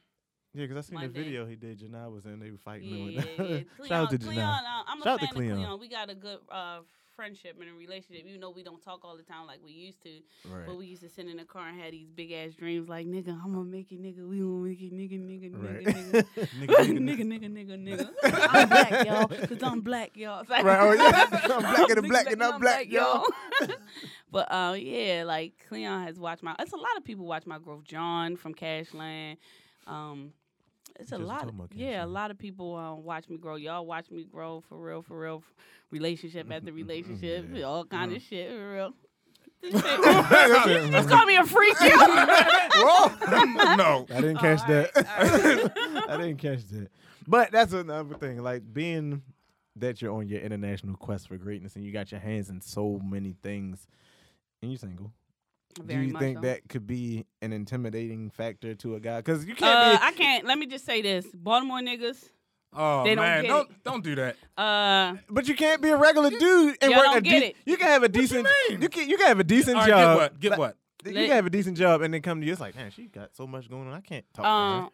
Yeah, because I seen
One
the
day.
video he did. Janai was in. They were fighting.
Yeah,
and
yeah,
whatnot.
yeah.
Shout out to
Cleon,
Janai.
uh, I'm
Shout out to
a fan
Cleon.
of Cleon. We got a good uh, friendship and a relationship, even though we don't talk all the time like we used to.
Right.
But we used to sit in the car and had these big ass dreams like, nigga, I'm gonna make it, nigga. We gonna make it, nigga, nigga, nigga,
Right.
nigga. nigga, nigga, nigga, nigga. I'm black, y'all. Because I'm black, y'all. It's like-
Right, oh, yeah. I'm black and I'm black and I'm black,
y'all. but uh, yeah, like Cleon has watched my. It's a lot of people watch my growth. John from Cashland. Um, it's a
Just
lot.
talking about
Yeah, a
Cashland.
lot of people uh, watch me grow. Y'all watch me grow for real, for real. Relationship after relationship,
Yeah.
all kind of shit for real. This shit- Just call me a freak, yo.
Whoa. no.
I didn't
Oh,
catch
all
that.
right,
I didn't catch that. But that's another thing. Like being that you're on your international quest for greatness and you got your hands in so many things and you're single.
Very
Do you
much
think
so.
that could be an intimidating factor to a guy? Because you
Uh,
can't
I can't. Let me just say this: Baltimore niggas.
Oh
They don't
man,
get
don't don't do that.
Uh,
be, but you can't be a regular dude and
y'all
work
don't
a
get
de-
it.
You can have a decent.
mean?
You can you can have a decent
All right,
job.
get what? Get
like,
what?
You
Let-
can have a decent job and then come to you. It's like, man, she got so much going on. I can't talk. to her.
um,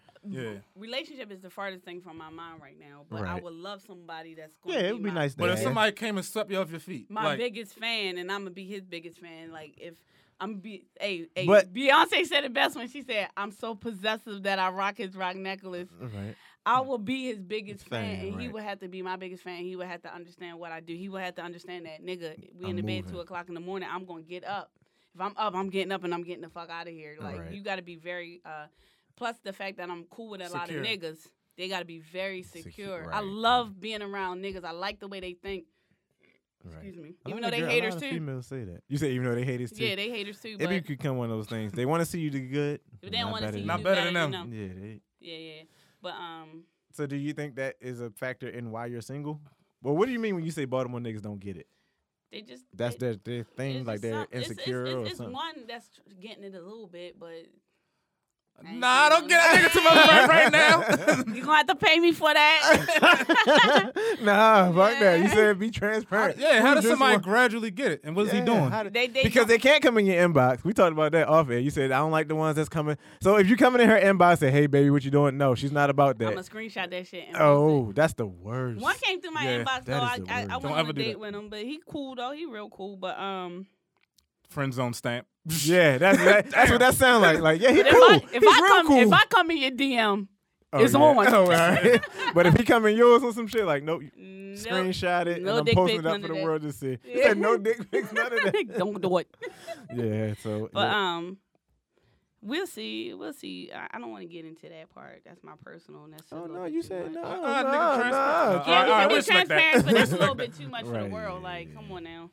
Yeah.
relationship is the farthest thing from my mind right now. But I
Right.
would love somebody that's going
Yeah,
to
it would be
my,
nice. to
But if
have.
somebody came and swept you off your feet,
my
like,
biggest fan, and I'm gonna be his biggest fan. Like if I'm be hey, hey
But-
Beyonce said it best when she said, "I'm so possessive that I rock his rock necklace.
Right.
I will be his biggest fan,
Fan,
and he
right.
would have to be my biggest fan. He would have to understand what I do. He would have to understand that nigga. We
I'm
in the bed
moving.
two o'clock in the morning. I'm gonna get up. If I'm up, I'm getting up and I'm getting the fuck out of here. Like
Right.
you got to be very. uh Plus the fact that I'm cool with a lot of
Secure.
niggas, they got to be very
Secu-
secure. I
right.
love being around niggas. I like the way they think.
Right.
Excuse me.
I
Even though
like
they
a girl- a
haters
lot of
too.
Females say that. You say even though they haters too.
Yeah, they haters too.
it
But
be- could come one of those things. They want to see you do good.
But
but
they don't
not
want to
better
see you
Not
do
better
better
than
than-
than them.
Yeah. They,
Yeah, yeah. But um,
so do you think that is a factor in why you're single? Well, what do you mean when you say Baltimore niggas don't get it?
they just
That's
it-
their, their
it's
thing, like
just
they're
some- it's- it's-
insecure
it's,
or
it's,
something.
one that's tr- getting it a little bit, but ain't
Nah,
gonna
don't get that nigga to my right right now.
you gonna have to pay me for that.
nah, fuck that. You
Yeah.
said be transparent.
yeah, how
We
does
just
somebody
want-
gradually get it? And what is
Yeah,
he doing?
how do-
they they
because they can't come in your inbox. We talked about that off air. You said I don't like the ones that's coming. So if you coming in her inbox, say, "Hey, baby, what you doing?" No, she's not about
I'm gonna
that.
screenshot that shit. And post
Oh, that's the
it.
worst.
one came through my
Yeah,
that
inbox though. I,
is the
I, I
worst.
went
Don't
on
ever
a
do
date
that.
with him, but he cool though. He real cool, but um,
Friend zone stamp.
Yeah, that's that, that's what that sound like. Like, yeah, he
if
cool.
I
He's
if I
real
come
cool.
if I come in your DM,
oh,
it's
yeah.
on.
Oh, all right. but if he come in yours or some shit, like, nope,
nope.
screenshot it
no
and I'm
dick
posting
pics,
it up
none
for
of
the
that.
world to see. He
Yeah.
said no dick pics, none of that.
don't do it.
Yeah, so
But
yeah.
um, we'll see. We'll see. I, I don't want to get into that part. That's my personal. and That's a
Oh
little
no,
bit
you
too
said
much.
no.
Uh-uh,
no,
nigga,
no.
transparent.
Yeah,
Alright,
we
alright,
can be
respect that.
transparent, but that's a little bit too much for
Right,
the world.
yeah,
Like,
yeah,
come
yeah.
on now.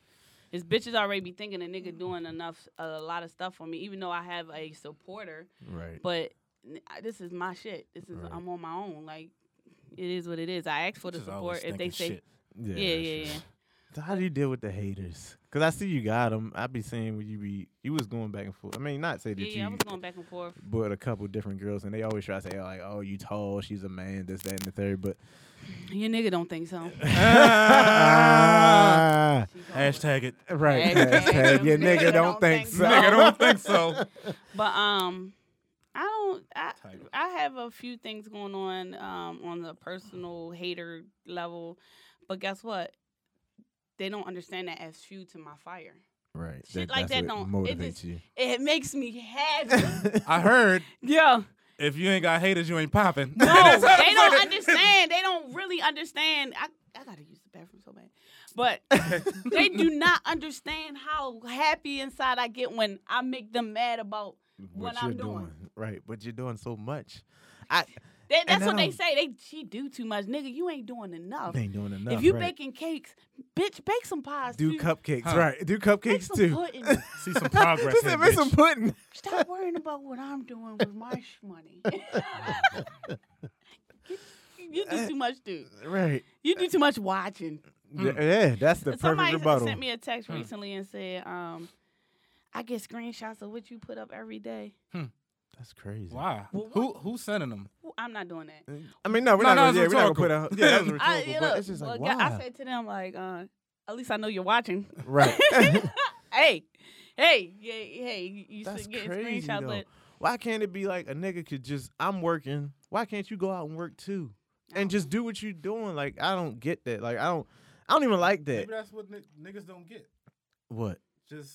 His bitches already be thinking a nigga doing enough, a lot of stuff for me, even though I have a supporter.
Right.
But n- I- this is my shit. This is
Right.
I'm on my own. Like, it is what it is. I ask for the
Bitches always
support if they say,
thinking
Yeah,
shit.
yeah,
that's
yeah,
true.
yeah.
So how do you deal with the haters? Cause I see you got them. I be seeing when you be you was going back and forth. I mean, not say that
Yeah,
you,
yeah, I was going back and forth.
but a couple different girls, and they always try to say like, "Oh, you tall, she's a man, this, that, and the third. But
Your nigga don't think so.
Ah.
Ah,
She told me.
Hashtag it.
right,
Hashtag
hashtag your nigga don't think so.
Nigga, don't think so.
But um, I don't. I
Title.
I have a few things going on um on the personal hater level, but guess what? They don't understand that as fuel to my fire.
Right,
Shit like
that's
that
what
don't- it
motivates
just-
you.
It makes me happy.
I heard
yeah.
if you ain't got haters, you ain't popping.
No, they don't understand. They don't really understand. I I gotta use the bathroom so bad, but they do not understand how happy inside I get when I make them mad about what I'm doing.
Right, but you're doing so much.
That, that's
then
what they
I'm-
say. They she do too much, nigga. You ain't doing enough.
You ain't doing enough.
Oh. if you
right.
baking cakes, bitch, bake some pies.
do
too.
cupcakes,
Huh.
right? Do
make
cupcakes
some
too.
pudding.
See some progress.
She said,
here,
"Make some
bitch.
pudding."
Stop worrying about what I'm doing with my sh- money. you do too much, dude.
Right.
You do too much watching.
Yeah, yeah, that's the perfect
Mm. Somebody
rebuttal.
sent me a text
Hmm.
recently and said, um, "I get screenshots of what you put up every day."
That's crazy.
Why?
Well,
Who who's sending them?
Ooh, I'm not doing that.
I mean, no, we're
No,
not.
no,
gonna, yeah,
it's
we're not gonna put out.
rhetorical.
Yeah, that's rhetorical.
I-
I, you
but
know,
it's just like, why?
well, yeah, I said to them like, uh, "At least I know you're watching."
right.
hey, hey, yeah, hey, you- you
That's
should get
crazy
screenshots,
though.
but
Why can't it be like a nigga could just? I'm working. Why can't you go out and work too, and just do what you're doing? Like I don't get that. Like I don't. I don't even like that.
that's what niggas don't get.
What?
Just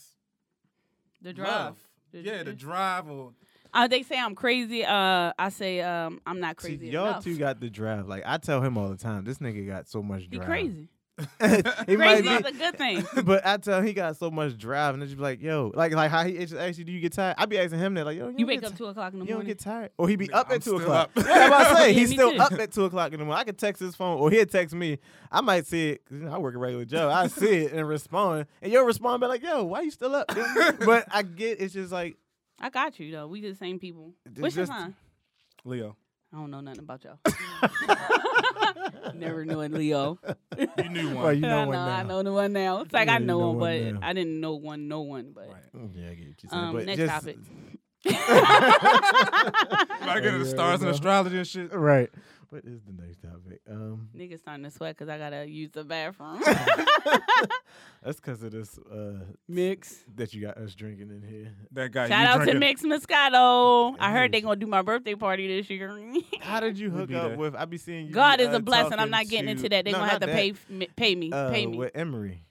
the drive. The-
yeah, the
the-
drive or
Uh, they say I'm crazy. Uh, I say um, I'm not
See,
crazy
y'all
enough.
two got the drive. Like I tell him all the time, this nigga got so much
you
drive.
crazy.
he might
Crazy is
be,
a good thing.
but I tell him he got so much drive, and it's just be like, yo, like like how he just asks you, do you get tired? I be asking him that, like, yo, you,
You
don't
wake
get
up
ti-
two o'clock in the
You don't
morning.
get tired, or he be
Nigga,
up
I'm
at two
still
o'clock.
up.
Yeah, I'm about to say
Yeah,
he's
me
still
too.
up at two o'clock in the morning. I could text his phone, or he'll text me. I might see it 'cause, you know, I work a regular job. I see it and respond, and you'll respond back like, "Yo, why you still up?" but I get it's just like
I got you though. We the same people.
It's
What's your
just-
sign?
Leo.
I don't know nothing about y'all. Never knew it, Leo.
You knew one.
well, you know
I know,
one
I
now.
know the one now. It's like
Yeah,
I
you
know,
know
him, but
one now.
I didn't know one, no one. But
Right.
Mm, Yeah, I get what you're saying.
um,
but
next
just,
topic.
Gotta get to the
Yeah,
stars
you
and
know.
astrology and shit.
Right. What is the next topic? Um,
Niggas starting to sweat because I gotta use the bathroom.
that's because of this uh
Mix.
that you got us drinking in here.
That guy.
Shout
you
out to
drinking-
Mix Moscato. I heard
Hey.
they gonna do my birthday party this year.
How did you
We
hook
be
up
there.
with? I be seeing you.
God is
uh,
a blessing. I'm
talking
not getting
to-
into that. They're
No, Uh,
gonna have
not
to
that.
pay f- me- pay me.
Uh,
pay me.
with Emery.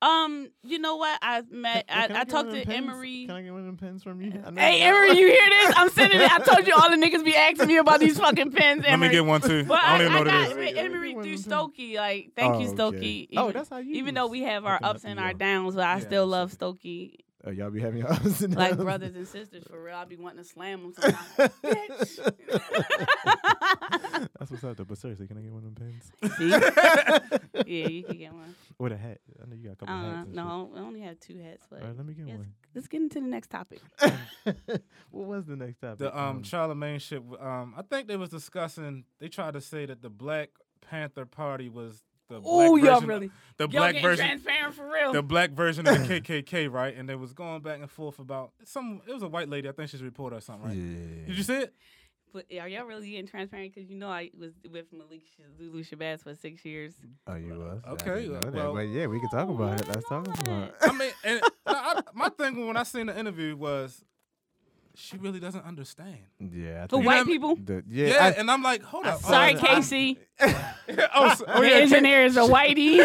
Um, you know what? I met.
Can- can
I, I
get one
talked
of
to
them pens?
Emery.
Can I get one of them pens from you? I know
Hey,
you-
Emery, you hear this? I'm sending it. I told you all the niggas be asking me about these fucking pins.
Let
Emery.
me get one too.
But
I
I,
don't
I
even know
got
what it is.
it is.
Emery
Give me
through
one
Stokey. Like, thank you,
Oh,
Stokey.
okay.
Even,
oh, that's how you.
even though
was
we have our
hooking up
ups and
to
our
y'all.
downs, but I
Yeah,
still
that's
love Stokey.
Oh, y'all be having your ups and
Like
downs.
brothers and sisters, for real. I be wanting to slam them sometimes. Bitch.
That's what's up though. But seriously, can I get one of them pens
See? Yeah, you can get one.
with a hat? I know you got a couple
Uh,
hats. and shit.
no, I only have two hats, but
All right, let me get
yes.
one.
let's get into the next topic.
what was the next topic?
The um Charlemagne shit. w- Um, I think they was discussing. They tried to say that the Black Panther Party was the
Oh,
black
y'all
version,
really.
the
Y'all
black
getting
version,
transparent for real.
the black version of the KKK, right? And they was going back and forth about some. It was a white lady. I think she's a reporter or something, right? Did you see it?
But are y'all really getting transparent? Because you know I was with Malik Sh- Zulu Shabazz for six years.
Oh, you was. I
Okay,
didn't know
uh,
that,
well-
but yeah, we can
Oh,
talk about it. Let's talk about it.
I mean, and I, I- my thing when I seen the interview was, she really doesn't understand.
Yeah. I
For
think
white
what I mean?
people?
The,
Yeah, eh,
yeah. I,
and I'm like, hold up.
saw
Sorry,
that.
Casey.
oh, so- oh
the
yeah, Casey,
engineers are whitey.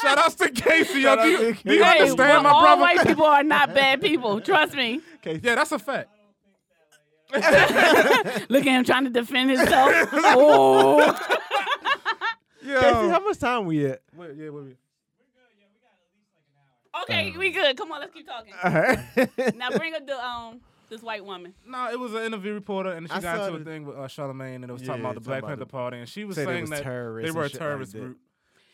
shout outs to Casey. Yo,
Shout
do
out
you,
to
do you
Casey.
hey,
understand
well,
my
all
brother?
white people are not bad people. Trust me.
Yeah, that's a fact.
Look at him trying to defend himself. oh,
Yo.
Casey, how much time we at?
Wait, yeah, wait, wait.
okay, we good. Come on, let's keep talking.
Uh-huh.
All right.
Now bring up the um this white woman.
No, it was an interview reporter, and she
I saw
got into a
the-
thing with uh, Charlemagne, and it was
Yeah,
talking about the
talking
Black
about
Panther
the-
Party, and she was
said they
saying
was
that
terrorists
they
and
were a
shit like
terrorist
that.
group,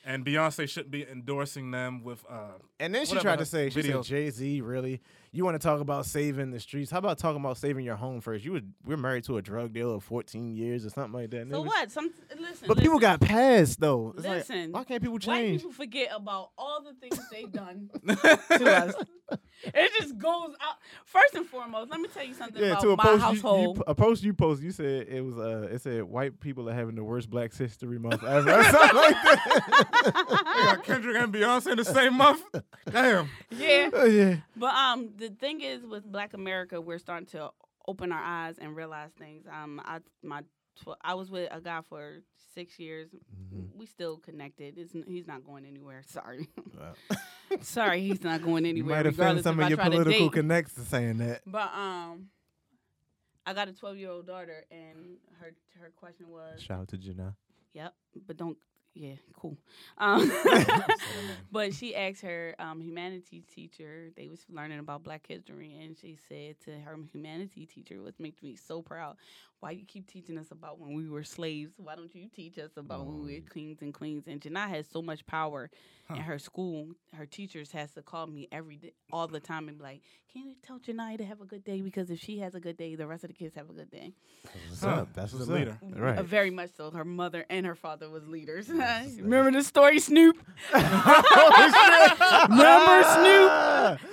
and Beyonce should be endorsing them with. Uh,
And then she
Whatever
tried
her
to say, she
video-
said, Jay Z, really? You want to talk about saving the streets? How about talking about saving your home first? You would, we're married to a drug dealer of 14 years or something like that. And it
So
was-
what? Some listen.
But people
listen.
got passed though. It's like,
Listen,
why can't people
White
change?
people forget about all the things they've done to us. It just goes out. First and foremost, let me tell you something
yeah,
about
to a
my
post, you, you,
household.
a post you post, you said it was uh, it said white people are having the worst Black History Month ever. or something like
they got Kendrick and Beyonce in the same month. Damn.
yeah,
that. yeah,
but um, the thing is with Black America, we're starting to open our eyes and realize things. Um, I my tw- I was with a guy for six years.
Mm-hmm.
We still connected. It's, n- he's not going anywhere. Sorry, sorry, he's not going
you
anywhere.
might offend
regardless
some
if
of
I
your
try to
political
date.
connects to saying that.
But um, I got a twelve year old daughter, and her her question was,
Shout out to Janelle.
"Yep, but don't." Yeah, cool. Um, but she asked her um, humanities teacher. They was learning about Black history, and she said to her humanity teacher, "What makes me so proud? Why you keep teaching us about when we were slaves? Why don't you teach us about when
Mm.
we were kings and queens?" And Janai has so much power in her school. Her teachers has to call me every day, all the time, and be like, "Can you tell Janai to have a good day? Because if she has a good day, the rest of the kids have a good day."
What's
Huh.
up? That's
She's
what's
a leader.
Up. Right.
Uh, very much so. Her mother and her father was leaders.
Yes.
Remember the story, Snoop? Remember Snoop?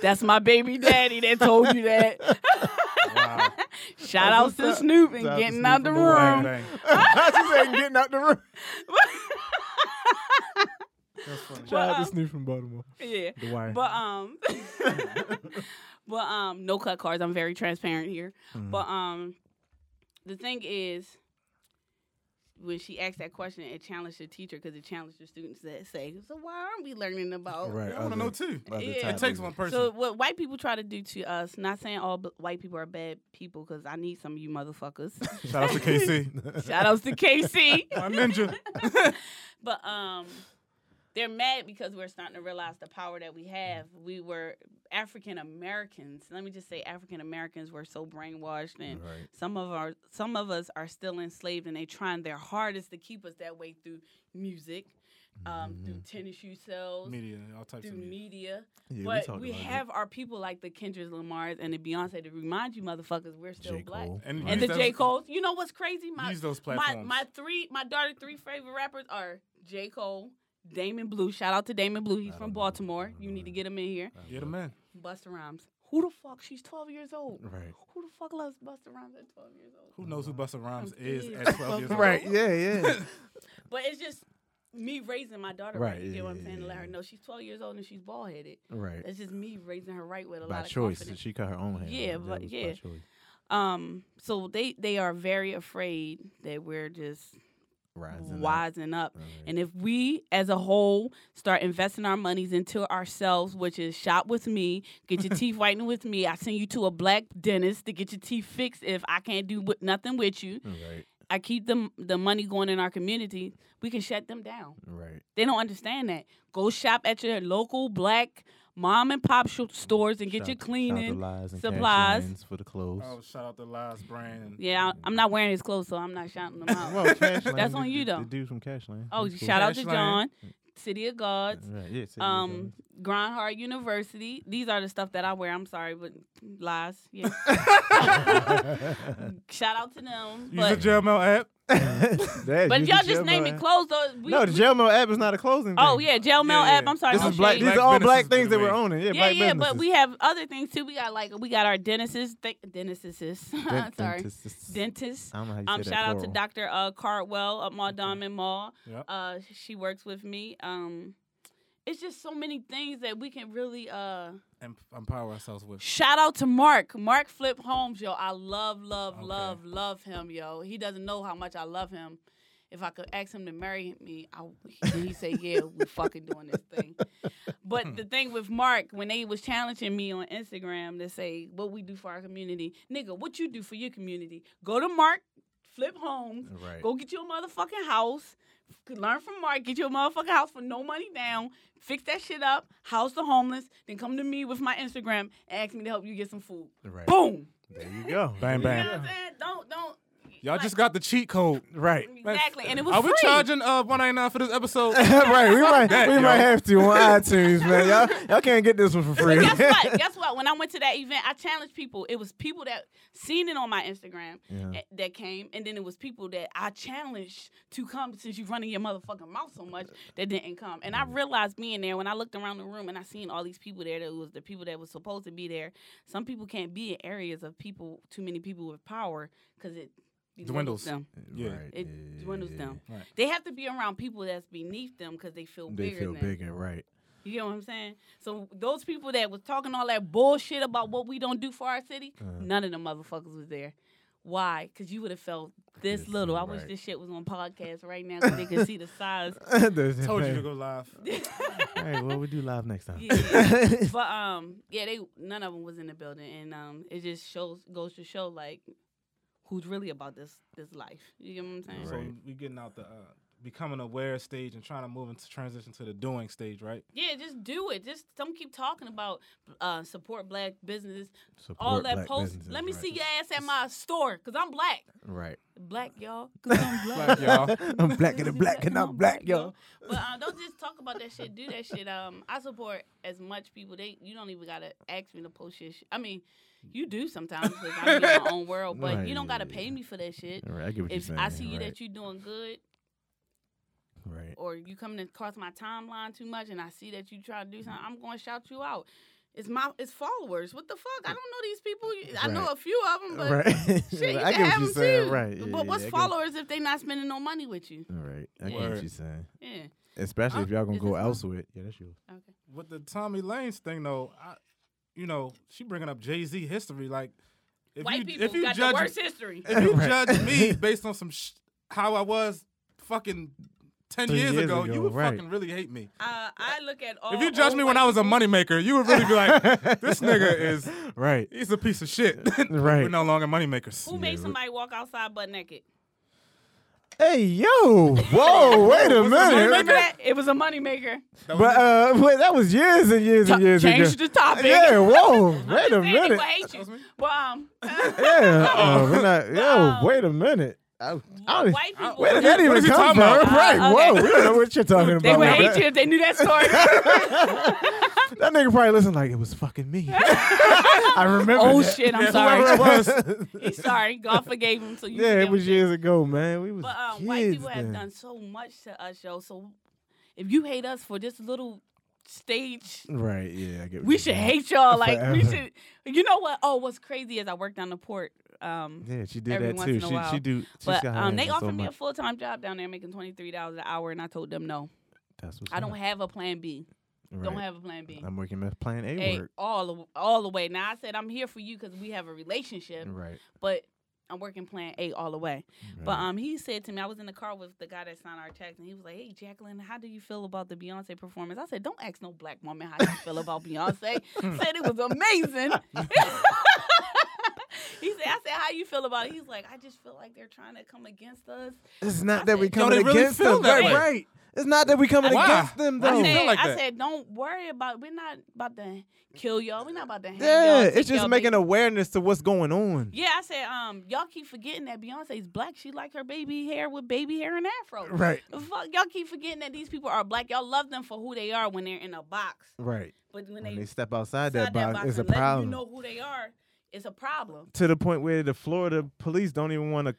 That's my baby daddy that told you that. Shout
That's
out to
what's up.
Snoop and
Shout out to
getting
Snoop
out the
from the Black
room.
Bang,
Um,
bang.
I just ain't getting out the room.
That's funny.
Shout out
um,
to Snoop from Baltimore.
Yeah.
The wire.
But um But um no cut cards. I'm very transparent here.
Mm.
But um the thing is when she asked that question, it challenged the teacher because it challenged the students that say, "So why aren't we learning about?"
right. uh,
I want to know too.
other
Yeah.
It
topics.
takes one person.
So what white people try to do to us? Not saying all b- white people are bad people because I need some of you motherfuckers.
Shout out to KC.
Shout outs to KC.
My ninja.
But um, they're mad because we're starting to realize the power that we have. We were African Americans. Let me just say, African Americans were so brainwashed, and
Right.
some of our some of us are still enslaved, and they trying their hardest to keep us that way through music, um,
Mm-hmm.
through tennis shoe sales,
Media, all types
through
of
media.
media.
Yeah, we
but
talked
we,
about it.
have our people like the Kendrick Lamar's and the Beyonce to remind you, motherfuckers, we're still
J.
black.
Cole.
And,
And
use
the
those-
J Cole's. You know what's crazy? My
Use those
my
platforms.
my three my daughter three favorite rappers are J Cole, Damon Blue. Shout out to Damon Blue. He's from Baltimore. You need to get him in here.
You're the man.
Busta Rhymes. Who the fuck? She's twelve years old.
Right.
Who the fuck loves Busta Rhymes at twelve years old?
Who knows who Busta Rhymes is
dead.
at 12 years old?
Right. Yeah. Yeah.
But it's just me raising my daughter.
Right,
Right. You
yeah,
get what I'm
yeah,
saying? To let
yeah,
her know she's twelve years old and she's bald headed.
right.
It's just me raising her right with a
by
lot of
choice.
confidence.
She cut her own hair.
Yeah,
That
but-
was
yeah.
By choice.
Um, so they they are very afraid that we're just
Rising up.
wising up.
Right.
And if we as a whole start investing our monies into ourselves, which is shop with me, get your teeth whitened with me, I send you to a black dentist to get your teeth fixed if I can't do wi- nothing with you.
Right,
I keep the, the money going in our community, we can shut them down.
right.
They don't understand that. Go shop at your local black mom and pop sh- stores and get
Shout-
your
shout out to
cleaning.
Lies and
supplies.
Cash Lines for the clothes.
Oh, shout out to Laz Brand.
Yeah, I- I'm not wearing his clothes, so I'm not shouting them out.
Well, Cash Lines
on
is
you,
the-
though.
The dude from Cashland.
oh, shout out to John,
Ashland.
Mm.
City of Gods.
Right, yeah, see,
um Grindhard University. These are the stuff that I wear. I'm sorry, but lies. Yeah. Shout out to them.
Use the
But,
Gel Mel app.
Yeah,
but
use
y'all
the
just
Gelmo
naming
app.
clothes though. We,
no, the
we-
Gelmo app is not a closing.
Oh
thing.
yeah, Gel Mel
Yeah,
app.
yeah.
I'm sorry.
This
no
is black.
shade.
These
Black
are all black
businesses,
things that
baby.
we're owning. Yeah,
yeah,
black
yeah, but we
businesses.
have other things too. We got like we got our dentists, th- dentists.
Dent-
uh, sorry,
dentists.
dentists.
I don't know how you say
Um,
that.
shout out to
plural.
Dr. Uh, Cardwell of Maudam and Mall.
Yep.
Uh, she works with me. Um, it's just so many things that we can really uh
And empower ourselves with.
Shout out to Mark. Mark Flip Holmes, yo. I love, love,
Okay.
love, love him, yo. He doesn't know how much I love him. If I could ask him to marry me, I, he say, "Yeah, we fucking doing this thing." But the thing with Mark, when they was challenging me on Instagram to say what we do for our community, nigga, what you do for your community? Go to Mark Flip Holmes.
Right.
Go get you a motherfucking house. Learn from Mark. Get you a motherfucking house for no money down. Fix that shit up. House the homeless. Then come to me with my Instagram and ask me to help you get some food.
Right.
Boom.
There you go.
Bang,
You
bang.
know what I'm saying? Don't don't.
Y'all
like,
just got the cheat code.
Right.
exactly, and it was
Are
free.
we charging uh 199 for this episode?
right, we might we
yo.
might have to on iTunes, man. Y'all, y'all can't get this one for free.
But guess what? Guess what? When I went to that event, I challenged people. It was people that seen it on my Instagram
Yeah.
eh, that came, and then it was people that I challenged to come since you running your motherfucking mouth so much that didn't come. And
Mm.
I realized being there when I looked around the room and I seen all these people there that was the people that was supposed to be there. Some people can't be in areas of people too many people with power because it
Dwindles.
them.
Yeah.
It dwindles them.
Right.
They have to be around people that's beneath them because they feel
They
bigger
feel
than them.
bigger, right?
You know what I'm saying? So those people that was talking all that bullshit about what we don't do for our city, none of them motherfuckers was there. Why? Because you would have felt this
This
little. I
little,
wish
right.
this shit was on podcast right now so they could see the size.
Uh, There's-
Told you to go live.
All right, well, we do live next time.
Yeah. but um, yeah, they none of them was in the building, and um, it just shows goes to show like who's really about this this life. You know what I'm saying?
So we getting out the uh, becoming aware stage and trying to move into transition to the doing stage, right?
Yeah, just do it. Just don't keep talking about uh, support black business.
Support
all that
black
post.
businesses,
Let me
right.
see your ass at my store, cause I'm black.
Right.
Black y'all, cause I'm black.
Black y'all.
I'm black and I'm black and I'm black, yo.
But uh, don't just talk about that shit. Do that shit. Um, I support as much people. They you don't even gotta ask me to post your shit. I mean, you do sometimes because I'm in my own world, but
Right,
you don't gotta
yeah,
pay
yeah.
me for that shit.
All right, I get what you're
If
saying.
I see you
right.
that you doing good,
Right.
or you coming across my timeline too much, and I see that you trying to do something, I'm going to shout you out. It's my it's followers. What the fuck? I don't know these people. You- I know
Right.
a few of them, but
right.
shit, you
I
can
get what
have them
you're saying.
too.
Right. yeah,
but
yeah,
what's
I get-
followers if they not spending no money with you?
All right. I get
Word.
what you're saying.
Yeah.
Especially if y'all gonna
is this
go
one?
elsewhere. Yeah, that's yours.
Okay.
With the Tommy Lanes thing though, I, you know, she bringing up Jay Z history. Like, if
White
you
people
if you
got
judge
the worst history. Uh,
if you
Right.
judge me based on some sh- how I was fucking ten
Three
years,
years
ago,
ago,
you would
right.
fucking really hate me.
Uh, I look at all.
If you judged
all
me when I
white
was a moneymaker, you would really be like, this nigga is
Right.
he's a piece of shit.
Right.
We're no longer moneymakers.
people- who made somebody walk outside butt naked?
Hey yo! Whoa! wait a minute.
Remember that? It was a moneymaker.
That was
But uh, wait, that was years and years and years ago.
Change the topic.
Yeah. Whoa!
I'm
wait a
just saying
minute.
People hate you.
me.
Well, um,
Yeah. Uh, we're not, yo!
Um,
Wait a minute. I, I, was-
uh, white people.
where did that
What
even
is he
come from?
talking about?
Right?
Uh,
Whoa!
okay.
We don't know what you're talking about.
they would
with
hate
that.
you if they knew that story.
That nigga probably listened like it was fucking me. I remember.
Oh
that.
shit, I'm
Yeah,
sorry.
whoever it was.
He's sorry. God forgave him. So you
Yeah,
forgive
it
him.
was years ago, man. We was
But um,
kids
white people have
then.
done so much to us, yo. So if you hate us for this little stage,
Right? Yeah, I get. what
we
you're
should
saying.
hate y'all. Like we
Forever.
should. You know what? Oh, what's crazy is I worked down the port. Um,
Yeah, she did
every
that
once
too.
in a
She
while.
she do. She
but
got her
um, they
hands in so
offered me a
much.
full time job down there making twenty three dollars an hour, and I told them no.
That's what's
I don't
up.
have a plan B. Don't
Right.
have a plan B.
I'm working with Plan A
Hey,
work. Mm.
all the, all the way. Now I said I'm here for you because we have a relationship.
Right.
But I'm working plan A all the way. But
Mm-hmm.
um, he said to me, I was in the car with the guy that signed our text, and he was like, "Hey, Jacqueline, how do you feel about the Beyonce performance?" I said, "Don't ask no black woman how you feel about Beyonce." said it was amazing. he said, "I said how you feel about it." He's like, "I just feel like they're trying to come against us."
It's
I
not that we
said- Yo,
coming
they really
against
feel
them.
that
Right,
way.
right. It's not that we coming
Why?
against them
Why do
though.
you feel
said,
like
I
that?
said, don't worry about. We're not about to kill y'all. We're not about to. Hang
Yeah,
y'all,
it's
take
just
y'all
making
baby."
awareness to what's going on.
Yeah, I said, um, y'all keep forgetting that Beyonce's black. She like her baby hair with baby hair and afro.
Right.
The Fuck, y'all keep forgetting that these people are black. Y'all love them for who they are when they're in a box,
Right.
but when,
When
they
they step outside
outside
that box, it's a
and letting
problem.
You know who they are. It's a problem.
to the point where the Florida police don't even want to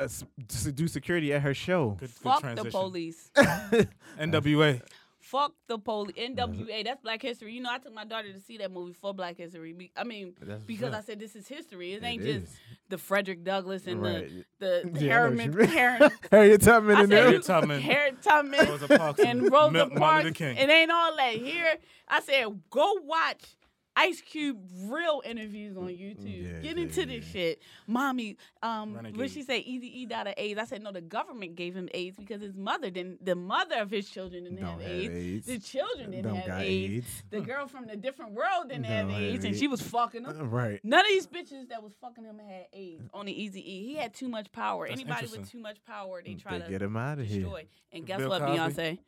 uh, s- s- do security at her show.
Good, good
Fuck the
transition.
police.
NWA.
Fuck the police. NWA. That's Black History. You know, I took my daughter to see that movie for Black History. Be- I mean,
That's
because I
what's
said this is history. It
It
ain't just
is.
the Frederick Douglass and
Right.
the the, the
Yeah, I know what you
Harriman.
mean.
Harriman.
Harriet Tubman
I
in there.
said,
Harriet
you-
Tubman. Oh,
Harriet Tubman.
Rosa Parks
and Rosa
Mil- Martin
Parks.
Luther King.
It ain't all that here. I said, go watch Ice Cube real interviews on YouTube.
Mm, Yeah,
Get
yeah,
into this shit. Mommy, um, when
Renegade.
she said Easy E died of AIDS, I said, no, the government gave him AIDS because his mother didn't, the mother of his children didn't
Don't
have
have
AIDS.
AIDS.
The children didn't
Don't
have
got
AIDS.
AIDS.
The girl from the different world didn't have
Don't have
AIDS, and
AIDS.
she was fucking him.
Uh, Right.
None of these bitches that was fucking him had AIDS on the Easy E. He had too much power.
That's
Anybody with
interesting.
too much power, they try
Hmm. They
to
get him out of here.
destroy. And guess
Bill
what,
Cosby?
Beyonce?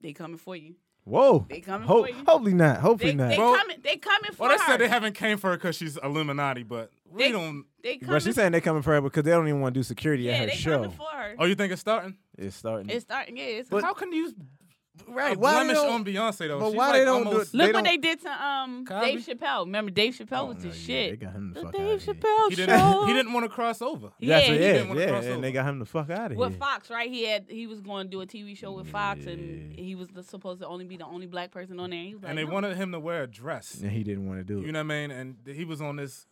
They coming for you.
Whoa.
They coming
Ho-
for you.
Hopefully not. Hopefully
They,
not.
they
Well-
coming. They coming for
Well, they
her.
said they haven't came for her because she's Illuminati, but we
They-
don't.
They
But
coming.
she's saying they coming for her because they don't even want to do security
yeah,
at her
they
show.
coming for her.
Oh, you think it's starting?
it's starting.
It's starting. Yeah, it's
But-
How can you
right.
a blemish on Beyonce though?
but
She's
why
like
they don't do
almost-
it-
look
they
what
don't- Oh,
they did to um
Cosby?
Dave Chappelle. Remember Dave Chappelle was the
They
shit.
got him the
The
fuck
Dave
outta here.
Chappelle
He
show.
didn't. He didn't want to cross over.
Yeah,
That's
he
what-
didn't
yeah,
wanna
yeah,
cross
and they
over.
got him the fuck out of
With
here.
Fox, right? He had he was going to do a TV show with Fox, and he was the, supposed to only be the only black person on there. He was like,
And they
"No."
wanted him to wear a dress.
And he didn't want to do it.
You know what I mean? And th- he was on this.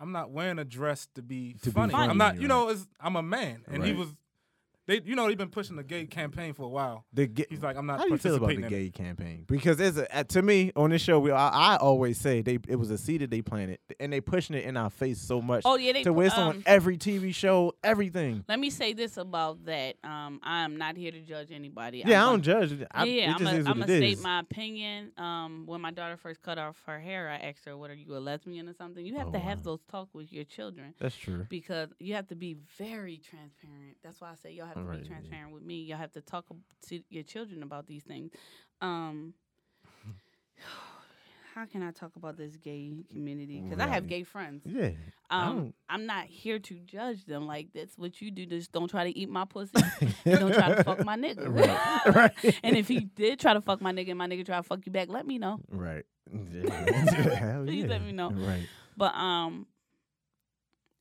I'm not wearing a dress to be
To be
funny.
funny,
I'm not. You
right.
know, it's, I'm a man, and he
Right.
was. They, you know, they've been pushing the gay campaign for a while.
the ga-
He's like, I'm not.
How do you feel about
participating
the
in it.
gay campaign? Because there's a uh, to me on this show, we I, I always say they it was a seed that they planted, and they pushing it in our face so much.
Oh, yeah, they
to
pu-
where it's on
um,
every TV show, everything.
Let me say this about that. Um, I'm not here to judge anybody.
Yeah, I
I'm
don't judge. it. I,
yeah,
it just is
I'm
what
gonna
it is.
state my opinion. Um, when my daughter first cut off her hair, I asked her, "What are you a lesbian or something?" You have
Oh,
to have
wow.
those talk with your children
That's true.
because you have to be very transparent. That's why I say y'all have to
Right,
be
yeah.
transparent with me. Y'all have to talk ab- to your children about these things. Um, how can I talk about this gay community? Because I have
Right.
gay friends.
Yeah, I
Um,
don't-
I'm not here to judge them. Like that's what you do. Just don't try to eat my pussy. and don't try to fuck my nigga.
Right. Right.
and if he did try to fuck my nigga, and my nigga try to fuck you back, let me know.
right. Yeah. Hell
Please let
yeah.
me know.
Right.
But um,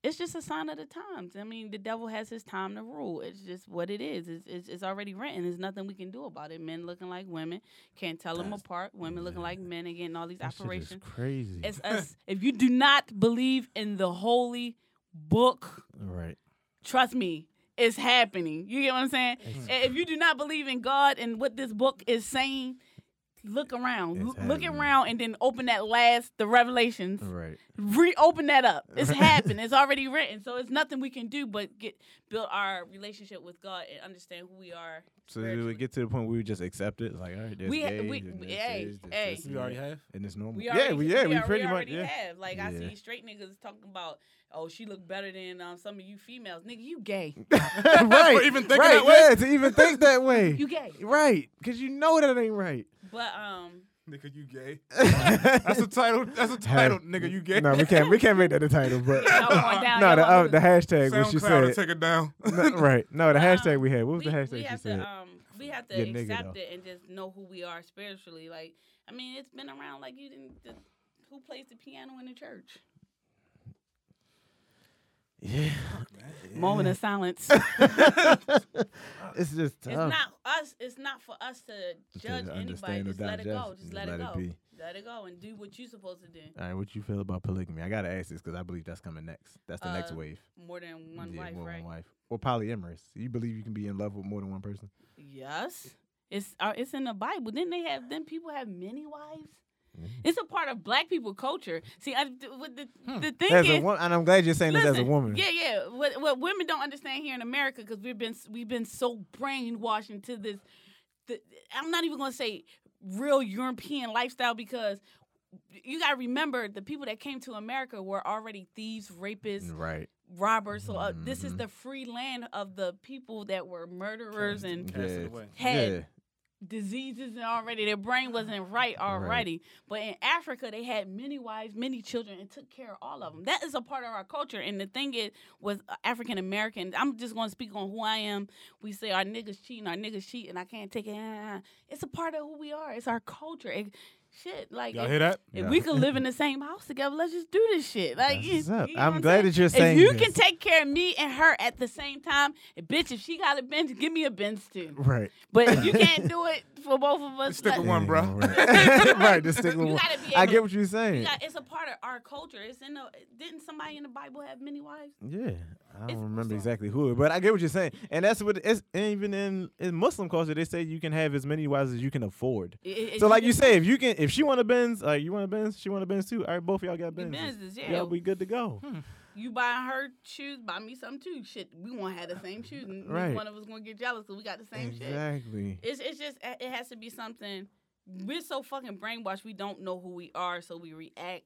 it's just a sign of the times. I mean, the devil has his time to rule. It's just what it is. It's it's, it's already written. There's nothing we can do about it. Men looking like women can't tell them
That's-
apart. Women looking like men and getting all these
That shit is
operations.
crazy.
It's us. If you do not believe in the holy book.
right.
trust me, it's happening. You get what I'm saying?
It's-
And If you do not believe in God and what this book is saying, look around.
It's
L- look
happening.
around and then open that last, the revelations.
Right.
Reopen that up. It's happened. It's already written. So it's nothing we can do but get build our relationship with God and understand who we are.
So did we
spiritually.
get to the point where we just accept it? Like, all right, there's
We ha-
gays
we-
and
we-
this
hey,
is, this
hey.
is,
You already have.
and it's normal.
We
yeah,
already,
we yeah, we
are-
pretty much
already
yeah.
have. Like I
Yeah.
see straight niggas talking about, oh, she look better than um, some of you females. Nigga, you gay.
right.
For even thinking
right,
that way?
Yeah, to even think that way.
You gay.
Right. Because you know that ain't right.
But um,
Nigga, you gay.
That's
That's a title. That's a title. Nigga, you gay.
No, we can't we can't make that a title, but
y'all going down.
no,
y'all
the
gonna
uh,
lose.
the hashtag what she
SoundCloud will
said.
take it down.
No, right. No, the hashtag
Um,
we had. What was the hashtag
we
she
have
said?
to um we have to
Your nigga,
accept
though.
it and just know who we are spiritually. Like I mean, it's been around. Like you didn't. The, who plays the piano in the church?
yeah.
Moment of silence. it's
it's just tough.
not us. It's not for us to judge anybody.
understand or
Just let it go.
digest,
Just let, it go.
be.
Let it go and do what you're supposed to do.
All right, what you feel about polygamy? I gotta ask this because I believe that's coming next. That's the next
Uh,
wave.
More than one
yeah,
wife,
more than
right?
one wife. Or polyamorous. You believe you can be in love with more than one person?
Yes. It's uh, it's in the Bible. Didn't they have? Then people have many wives.
Mm-hmm.
It's a part of black people culture. See, I, what the, the thing
As Hmm. a
is,
woman, and I'm glad you're saying this as a
Listen,
woman.
Yeah, yeah. What, what women don't understand here in America because we've been we've been so brainwashed into this. The, I'm not even gonna say real European lifestyle because you gotta remember the people that came to America were already thieves, rapists,
Right.
robbers. So uh, this
Mm-hmm.
is the free land of the people that were murderers and
Pass it
Yeah.
away.
had diseases and already their brain wasn't right already. But in Africa, they had many wives, many children, and took care of all of them. That is a part of our culture. And the thing is, with African Americans, I'm just going to speak on who I am. We say our niggas cheating, our niggas cheat, and I can't take it. It's a part of who we are. It's our culture. It- shit, like.
Y'all
if-
hear that?
if we could live in the same house together, let's just do this shit. Like,
That's
you-
what's up.
you know
I'm
what
glad that you're saying
If you
this.
can take care of me and her at the same time, and bitch, if she got a bench, give me a bench too.
Right.
But if you can't do it for both of us,
Stick
like,
with one, bro.
Damn, Right. right. Just stick
You
with one.
gotta be
I
able-
get what you're
you
saying.
got- it's a part of our culture. It's in the. Didn't somebody in the Bible have many wives?
Yeah, I
It's-
don't remember
sorry.
exactly who, but I get what you're saying, and that's what it's and even in in Muslim culture they say you can have as many wives as you can afford.
I- I-
So like you say, if you can, if she want a Benz, like you want a Benz, she want a Benz too. All right, both of y'all got
Your
Benzes.
business, yeah.
Y'all be good to go.
you buy her shoes, buy me some too. Shit, we won't have the same shoes, and neither
Right.
one of us gonna get jealous because we got the same shit.
Exactly.
It's it's just it it has to be something. We're so fucking brainwashed. We don't know who we are, so we react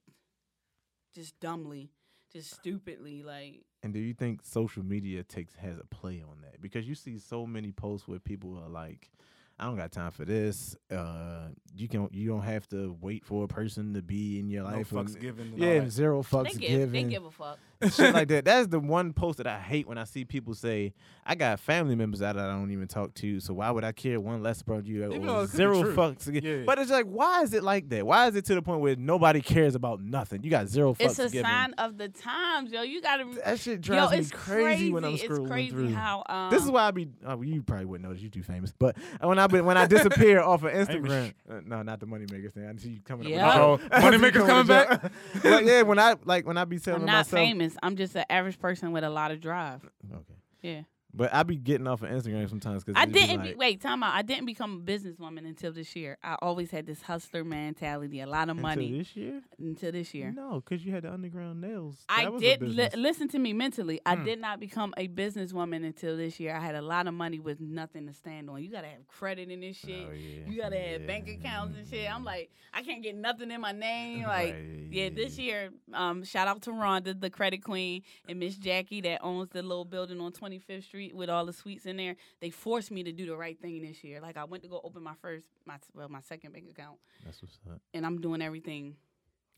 just dumbly, just stupidly. Like
And do you think social media takes has a play on that? Because you see so many posts where people are like, "I don't got time for this." Uh, you can you don't have to wait for a person to be in your
No
life.
fucks
and-
given. and all
Yeah,
that.
zero fucks
they give
given.
they give a fuck.
shit like that. That's the one post that I hate when I see people say, "I got family members that I don't even talk to, so why would I care one less about you?"
Even
or
though it could be
zero
true.
fucks. again."
Yeah.
But it's like, why is it like that? Why is it to the point where nobody cares about nothing? You got zero fucks
It's a
given.
sign of the times, yo. You gotta.
That shit
Yo,
drives me
it's
crazy, when I'm
It's
scrolling
crazy
through.
how um,
this is why I be. Oh, you probably wouldn't notice. You too famous. But when I been, when I disappear off of
even
Instagram, uh, no, not the moneymakers thing. I see you coming
Yeah.
up. With a
Oh,
joke.
Moneymaker's
You with a
coming back?
joke. but yeah, when I like when I be telling
I'm not
myself,
famous. I'm just an average person with a lot of drive.
okay.
Yeah,
But I be getting off of Instagram sometimes because
I didn't.
Be
Be,
like,
wait, time out. I didn't become a businesswoman until this year. I always had this hustler mentality, a lot of
"Until
money
this year.
until this year.
No, because you had the underground nails.
I
That was a
did li-
business. Hmm.
listen to me mentally. I did not become a businesswoman until this year. I had a lot of money with nothing to stand on. You gotta have credit in this shit.
Oh, yeah.
You gotta have
Yeah.
bank accounts and shit. I'm like, I can't get nothing in my name. Like,
Right.
yeah, this year, um, shout out to Rhonda, the credit queen, and Miss Jackie that owns the little building on 25th Street with all the suites in there. They forced me to do the right thing this year. Like, I went to go open my first, my well, my second bank account,
That's what's up.
and I'm doing everything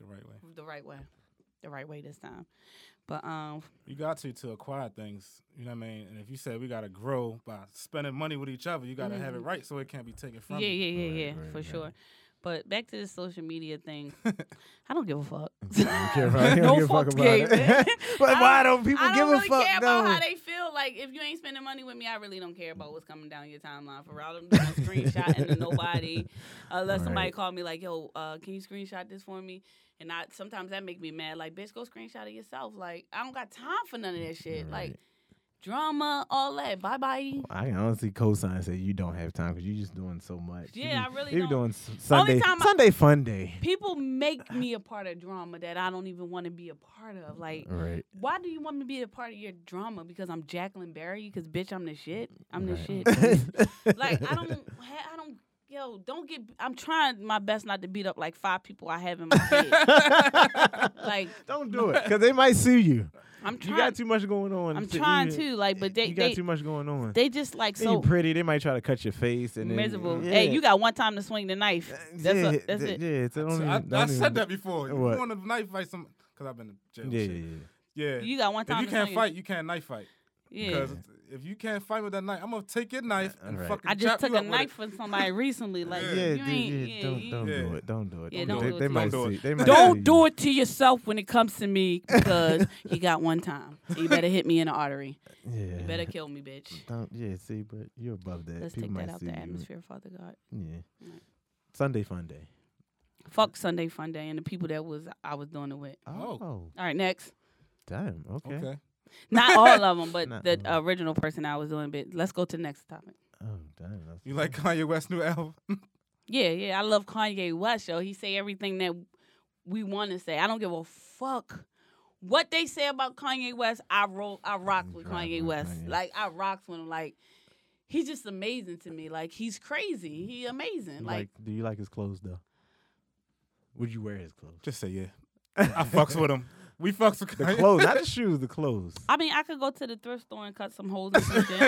The right way.
the right way, the right way this time. But um,
You got to to acquire things. You know what I mean? And if you said we gotta grow by spending money with each other, you gotta have it right so it can't be taken from
Mm-hmm. yeah,
you.
yeah, yeah,
Right,
yeah,
right,
for
right.
sure. But back to the social media thing, I don't give a fuck.
care about it.
no
Give a fuck
fucks
about
gave.
it. But
I
why don't people
I don't
give
really
a fuck
care
though?
about how they feel. Like if you ain't spending money with me, I really don't care about what's coming down your timeline. For real, I'm doing a screenshot and nobody, unless somebody
Right.
call me like, "Yo, uh, can you screenshot this for me?" And I sometimes that make me mad. Like, bitch, go screenshot it yourself. Like, I don't got time for none of that shit. Like,
Right.
drama, all that. Bye bye.
I can honestly co-sign and say you don't have time because you're just doing so much.
Yeah,
you,
I really
You're
don't.
doing s- Sunday
time I-
Sunday fun day.
People make me a part of drama that I don't even want to be a part of. Like,
Right.
why do you want me to be a part of your drama? Because I'm Jacqueline Barry? Because bitch, I'm the shit. I'm the shit. bitch.
shit.
like I don't, ha- I don't, yo, don't get. I'm trying my best not to beat up like five people I have in my head. like
don't do it because they might sue you.
I'm
You
trying.
got too much going on.
I'm trying
even-
to like, but they,
you got
they,
too much going on.
they just like
Then you
so
pretty, they might try to cut your face and then-
miserable. Hey, you got one time to swing the knife. That's
yeah,
a, that's
th-
it.
Yeah, so don't
So
even,
I,
don't
I
even-
said that before. You
What?
want to knife fight some? Because I've been in jail.
Yeah,
Yeah,
yeah, yeah.
yeah.
You got one
if
time.
you
to
can't
swing it.
fight, you can't knife fight.
yeah.
Because if you can't fight with that knife, I'm gonna take your knife and
Right.
fucking
I just
chop
took
you
a
up with
knife
it.
from somebody recently. Like
Yeah,
you
dude,
ain't.
yeah,
yeah,
don't
you-
don't do
Yeah.
it. Don't do it.
Yeah,
do
don't
it.
do it
They
to
might
yourself.
see. They might
Don't do it to yourself when it comes to me because he got one time. You better hit me in the artery.
Yeah.
You better kill me, bitch.
Don't. Yeah. See, but you're above that.
Let's
People
take
might
that out
see
the
you.
atmosphere, Father God.
Yeah.
Right.
Sunday fun day.
Fuck Sunday Fun Day and the people that was I was doing it with.
Oh,
Oh.
All right, next.
damn. Okay.
Okay.
Not all of them, but
Not
the
all.
original person I was doing. But let's go to the next topic.
Oh damn. That's
You like Kanye West new album?
Yeah, yeah. I love Kanye West, yo. He say everything that we want to say. I don't give a fuck what they say about Kanye West. I roll, I rock with
Drive
Kanye
with
West.
Kanye.
Like I rocks with him. Like he's just amazing to me. Like he's crazy. He amazing. Like,
Like, do you like his clothes though? Would you wear his clothes?
Just say yeah. I fucks with him. We fucks with
The
Kanye.
clothes, not the shoes. The clothes.
I mean, I could go to the thrift store and cut some holes in some shit.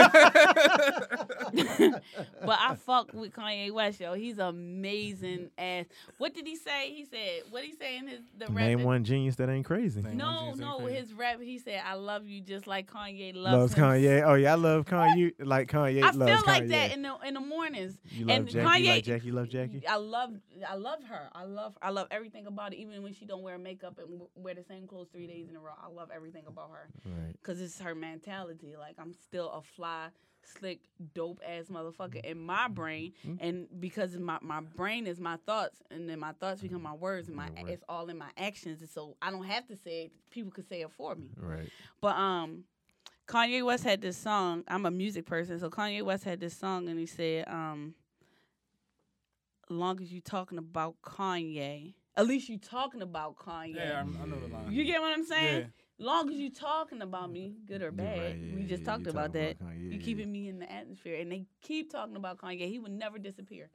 but I fuck with Kanye West, yo. He's amazing ass. What did he say? He said, what he say in his the rap
Name
that-
one genius that ain't crazy.
Name one
No,
genius that ain't
no,
crazy.
his rap. He said, "I love you just like Kanye
Loves
loves, him."
Kanye. Oh yeah, I love Kanye. Like Kanye
I
loves
feel like
Kanye.
that in the in the mornings.
you love
and
Jackie.
Kanye-
like Jackie love Jackie.
I love, I love her. I love, I love everything about it. Even when she don't wear makeup and w- wear the same clothes three days in a row, I love everything about her
Right.
because it's her mentality. Like I'm still a fly, slick, dope ass motherfucker in my brain, and because my my brain is my thoughts, and then my thoughts become my words, and my
Your word.
it's all in my actions. And so I don't have to say it; people could say it for me.
Right.
But um, Kanye West had this song. I'm a music person, so Kanye West had this song, and he said, um, "Long as you talking about Kanye, at least you talking about Kanye.
Yeah, I'm- I, know the line.
You get what I'm saying?
Yeah.
Long as you talking about me, good or bad, we just talked about that. you keeping me in the atmosphere, and they keep talking about Kanye. He would never disappear,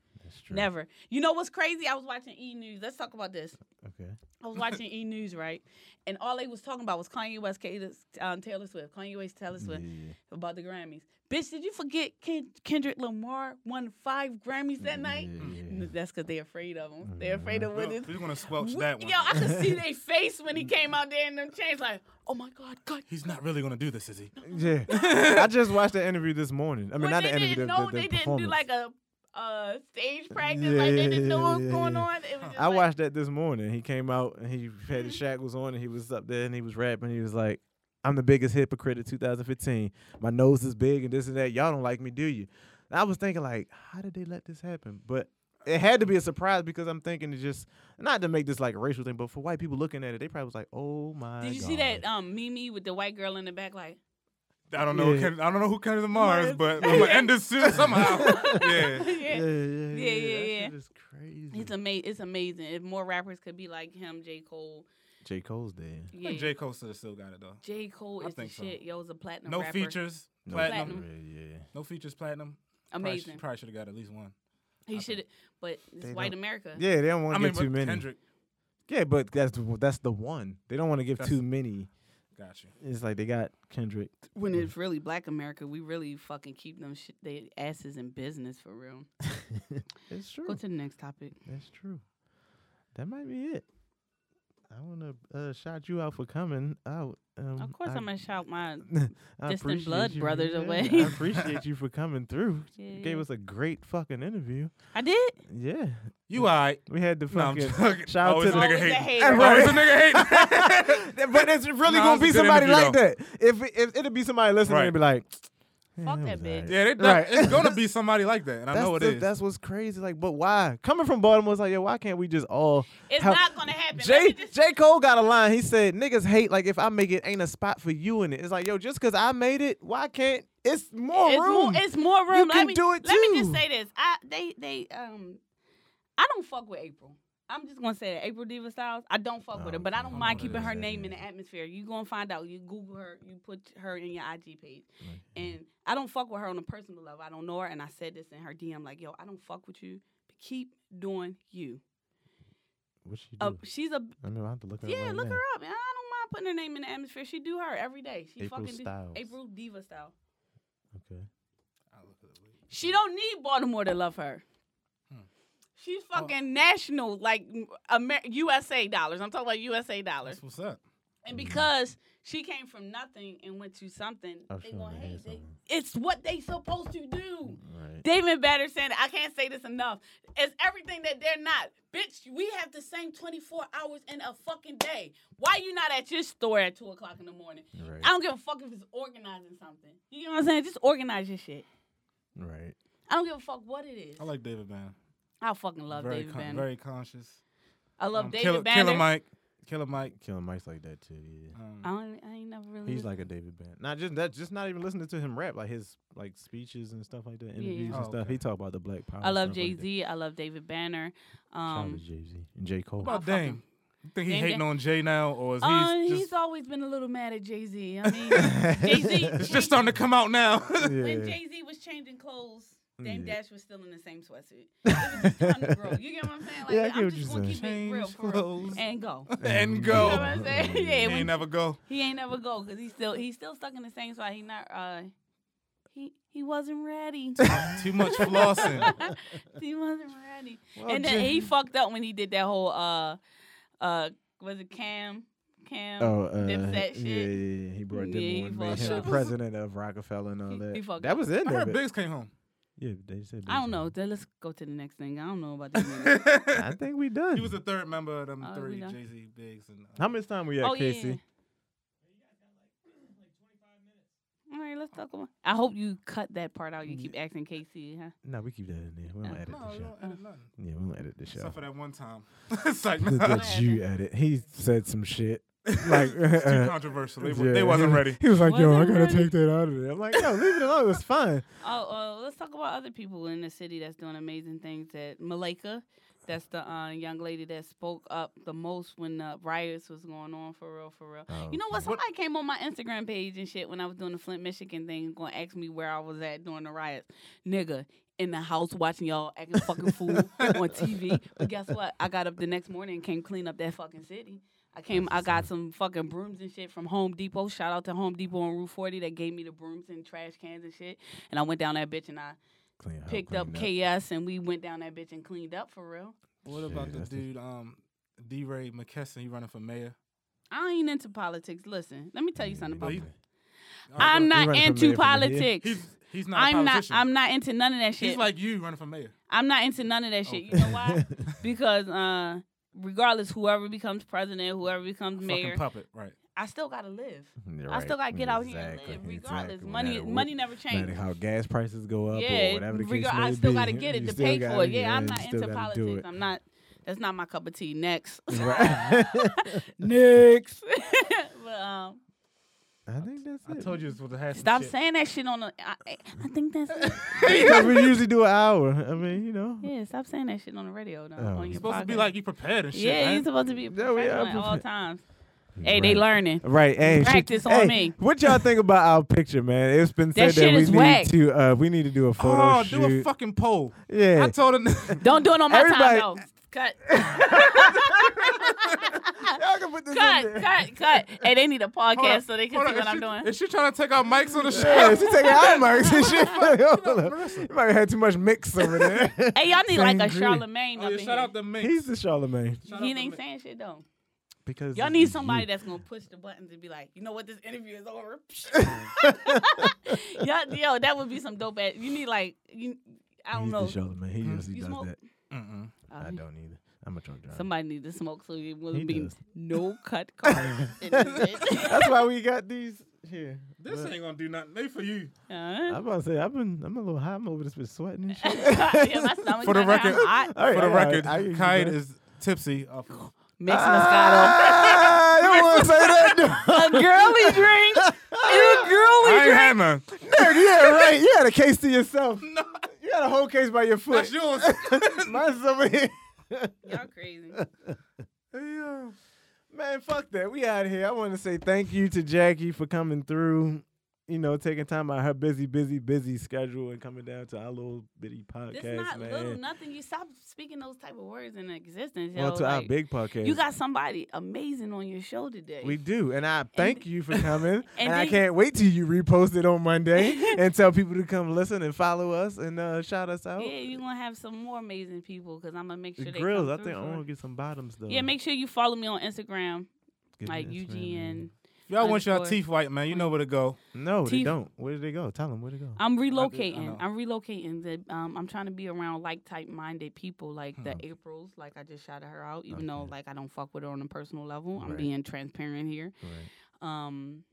never. You know what's crazy? I was watching E News. Let's talk about this.
Okay.
I was watching E News, right? And all they was talking about was Kanye West, Kate- um, Taylor Swift, Kanye West, Taylor Swift about the Grammys. Bitch, did you forget Ken- Kendrick Lamar won five Grammys that night? N- That's because they're afraid of him. They're afraid of what
We're,
his.
we're gonna squelch
Wh-
that one.
Yo, I could see their face when he came out there in them chains, like, oh my God, God.
He's not really gonna do this, is he?
Yeah. I just watched the interview this morning. I mean,
When
not
they
the interview.
didn't
the,
know,
the, the
they didn't do
performance.
like a uh, stage practice,
Yeah,
like they
yeah,
didn't know
yeah,
what was
yeah,
going
yeah.
on. It was just
I
like, Mm-hmm.
watched that this morning. He came out and he had his shackles on and he was up there and he was rapping. He was like, I'm the biggest hypocrite of 2015. My nose is big and this and that. Y'all don't like me, do you? And I was thinking, like, how did they let this happen? But it had to be a surprise because I'm thinking it's just not to make this like a racial thing, but for white people looking at it, they probably was like, oh my
Did you
God.
see that um, Mimi with the white girl in the back, like,
I don't know.
Yeah.
Ken, I don't know who Kendrick Lamar is,
Mars.
but I'm gonna end this soon somehow.
Yeah,
yeah.
yeah, yeah.
yeah. Yeah, yeah,
That
yeah.
shit is crazy.
It's amazing. It's amazing. If more rappers could be like him, J. Cole.
J. Cole's dead.
I
Yeah.
think J. Cole still still got it though.
J. Cole
I
is the
think so.
shit. Yo, is a platinum
No
rapper.
features,
No,
platinum.
Platinum.
Yeah, yeah.
No features, platinum. Probably sh-
Amazing.
Probably should have got at least one.
he should. But it's
They
white
don't-
America.
Yeah, they don't want
I
to
mean,
get too
but
many.
Kendrick,
Yeah, but that's the, that's the one. They don't want to give
That's-
too many.
got you.
It's like they got Kendrick.
When it's really black America, we really fucking keep them shit, they asses in business for real.
It's
Go
true.
to the next topic.
That's true. That might be it. I want to uh, shout you out for coming out. Um,
Of course, I,
I,
am gonna shout my.
I
distant
appreciate
blood
you for-
brothers
yeah,
away.
I appreciate you for coming through. You
Yeah.
gave us a great fucking interview.
I did.
Yeah,
You alright?
we had the
No, I'm
fucking.
joking.
shout out
Always
to
a
the-
nigga
Always a
hating.
hater.
Always a nigga hating.
but it's really
Nah,
gonna
it was a
be
good
somebody
interview,
like
though.
that. If, it- if it'll be somebody listening
Right.
and be like, "Yeah,
Fuck that
was
bitch."
alright."
Yeah, they,
Right.
it's gonna be somebody like that, and I
That's
know it
the-
is.
That's what's crazy. Like, but why? Coming from Baltimore, it's like, yo, why can't we just all?
It's
have-
not gonna happen. Let
J
me just-
J Cole got a line. He said, "Niggas hate like if I make it, ain't a spot for you in it." It's like, yo, just cause I made it, why can't? It's more
it's
room.
more. It's more room. let
can
me,
do it
Let me just
too.
say this. I they they um, I don't fuck with April. I'm just gonna say that April Diva Styles. I don't fuck with her, but I don't
Okay.
mind
Okay.
keeping her name in
Yeah.
the atmosphere. You gonna find out. You Google her. You put her in your IG page. And I don't fuck with her on a personal level. I don't know her, and I said this in her DM, like, "Yo, I don't fuck with you, but keep doing you."
what she do?
Uh, she's a
I mean, I have to look her
yeah. Look her up, man. I don't mind putting her name in the atmosphere. She do her every day. She
April
fucking
Styles.
Do, April Diva Style.
Okay.
She don't need Baltimore to love her.
Hmm.
She's
Oh.
fucking national, like Amer- USA dollars. I'm talking about USA dollars.
That's what's up.
And because she came from nothing and went to something,
I'm
they
sure
gonna
they Oh, hear
hate. They,
something.
it's what they supposed to do.
Right.
David Batter said, I can't say this enough. It's everything that they're not. Bitch, we have the same 24 hours in a fucking day. Why you not at your store at 2 o'clock in the morning?
Right.
I don't give a fuck if it's organizing something. You know what I'm saying? Just organize your shit.
Right.
I don't give a fuck what it is.
I like David Banner.
I fucking love
very
David
con-
Banner.
very conscious.
I love
Um,
David
Killer,
Banner.
Killer Mike. Killer Mike.
Killing mics like that too. Yeah.
Um,
I, don't, I ain't never really.
He's like a David Bent. Not just that. Just not even listening to him rap, like his like speeches and stuff like that, interviews and
yeah.
Oh,
stuff.
okay.
He talk about the Black Power.
I love
stuff like
Jay Z. I love David Banner.
that. Shout out to
Um,
Jay Z and J Cole.
What about
fucking-
Dame? You think he
Dame
hating
Dan-
on Jay now, or is he
uh, he's,
just,
always been a little mad at Jay Z. I mean, Jay Z.
it's just starting to come out now?
When
Yeah.
Jay Z was changing clothes, Dame
Yeah.
Dash was still in the same sweatsuit. It was just time to grow. You get what I'm saying? Like,
Yeah, I
I'm
get what
just
you're
gonna
saying.
keep it real
Change
for real
clothes.
and go.
and
You know what
go.
I'm saying? Yeah,
He
when
ain't never go.
He ain't never go because he's still he's still stuck in the same spot. He not uh he he wasn't ready.
Too much flossing.
he wasn't ready.
Well,
and then
Jay-
he fucked up when he did that whole uh uh was it Cam Cam
Oh, uh,
Dipset
yeah, yeah,
shit.
yeah. He brought
Yeah,
them
he
on,
fucked
made him the
up.
president of Rockefeller and all
He-
that.
he fucked
that
up.
was in
I
there.
heard
but-
Biggs came home.
Yeah, they said.
I
Big
don't know.
Sean.
Then Let's go to the next thing. I don't know about this. nigga.
I think we done.
he was the third member of them
Oh,
three,
we done.
Jay Z, Biggs, and uh,
How much time we at,
oh
Casey?
yeah. All right, let's talk about. I hope you cut that part out. You keep asking Casey, huh?
No, we keep that in there. We don't
Uh,
edit
no,
the
you
show.
don't edit nothing.
Yeah, we don't edit the show.
Except for that one time. it's like nah,
that you edit. He said some shit. Like uh,
it's too controversial. They, wa- they wasn't ready.
He was like, "Yo, I
Wasn't
gotta
ready.
take that out of there." I'm like, "No, leave it alone. It's fine."
Oh, uh, let's talk about other people in the city that's doing amazing things. That Malika, that's the uh, young lady that spoke up the most when the riots was going on. For real, for real. You know what?
Okay.
Somebody came on my Instagram page and shit when I was doing the Flint, Michigan thing, and gonna ask me where I was at during the riots. Nigga, in the house watching y'all acting fucking fool on TV. But guess what? I got up the next morning and came clean up that fucking city. I came. I got some fucking brooms and shit from Home Depot. Shout out to Home Depot on Route 40 that gave me the brooms and trash cans and shit. And I went down that bitch and I
Clean up,
picked
clean
up KS and we went down that bitch and cleaned up for real.
What about
Shit,
the
that's the-
dude, um, D. Ray McKesson? He running for mayor.
I ain't into politics. Listen, let me tell you something
Yeah,
about.
he-
about
running
I'm not
for
into
mayor from here?
politics.
He's he's not. a
I'm not.
politician.
I'm not into none of that shit.
He's like you running for mayor.
I'm not into none of that shit. You know why? because uh, regardless, whoever becomes president, whoever becomes mayor,
Fucking puppet, right?
I still gotta live.
You're
I still gotta
right.
get out here
Exactly,
and live, regardless.
exactly. No
Money,
matter what-
money never
no matter
changes.
how gas prices go up
yeah,
or whatever the case
regar-
may
I still
be,
gotta get it
you
to
still
pay
gotta-
for it. Yeah, I'm
you
not
still
into
gotta do it.
politics. I'm not. That's not my cup of tea. Next,
Right.
next. but um,
I think that's
I
it.
told you this was a hassle.
stop
shit.
saying that shit on the. I, I I think that's. it.
Because we usually do an hour. I mean, you know.
yeah, stop saying that shit on the radio. Though,
Oh.
on
You're
your
It's supposed to be
podcast.
like you prepared and shit.
Yeah,
man.
you're supposed to be a
Yeah, we are
professional at all
prepared.
times. Hey, they
Right.
learning.
Right, and she-
Practice on
hey,
me.
What y'all think about our picture, man? It's been said
That
that,
shit
we
is
need
whack.
to uh, we need to do a photo
oh,
shoot.
do a fucking poll.
yeah,
I told him.
Don't do it on my
Everybody-
time though. Cut,
y'all can put this in
cut,
there.
cut, cut. Hey, they need a
Hold
podcast
on,
so they can
hold
see
on,
what
is
I'm
she-
doing.
Is she trying to take out mics on
Yeah,
the show? Oh,
she taking eye marks and shit. Hold up. Might have had too much mix over there.
Hey, y'all need like a
Sangria.
Charlemagne
Oh,
up
yeah,
in
shout out
here.
the mix.
He's the Charlemagne
Shout out
He
the
ain't
mix.
saying shit though.
because
Y'all need somebody that's gonna push the buttons and be like, you know what, this interview is over. y'all, yo, that would be some dope ass. You need like, you, I don't
He's
know. Mm-hmm.
the Charlemagne. He usually
You
does
smoke?
that.
Mm-mm.
Oh,
I don't either. I'm a drunk driver.
Somebody need to smoke so it will
He
be
does.
no cut cards. in this bitch.
That's why we got these here.
This
But-
ain't gonna do nothing. They for you.
Huh?
I'm about to say I've been I'm a little hot. I'm over this bit sweating and shit.
yeah, my stomach
For the
not hot. I'm
record-
hot.
All right,
For the
all right,
record,
I usually
Kite
do.
is tipsy. Uh, off-
Mix Moscato.
Ah, you don't want to say that. dude.
a girly drink. You girly
I ain't
drink.
had none.
Dude, yeah, right. You had a case to yourself. You had a whole case by your foot.
That's yours.
Mine's over here.
Y'all crazy.
Yeah.
Man, fuck that. We out here. I want to say thank you to Jackie for coming through. You know, taking time out of her busy, busy, busy schedule and coming down to our little bitty podcast,
This not
man.
little nothing. You stop speaking those type of words in existence, yo.
well, to our
Like,
big podcast.
You got somebody amazing on your show today.
We do, and I thank you for coming. and I
then-
can't wait till you repost it on Monday and tell people to come listen and follow us and uh, shout us out.
yeah, you're gonna have some more amazing people because I'm gonna make sure
the
they
grills. I
Come
think
through
I
for
want to
it.
get some bottoms though.
Yeah, make sure you follow me on Instagram,
Get
like
this, man.
UGN.
If y'all want y'all
Underscore.
teeth white, man, you know where to go.
No, they
Teeth.
don't. Where did they go? Tell them where they go.
I'm
know.
relocating. I'm relocating. The, um, I'm trying to be around like type minded people, like the Aprils. Like I just shouted her out, even though
Hmm. Okay.
like I don't fuck with her on a personal level. I'm
Right.
being transparent here.
Right.
Um,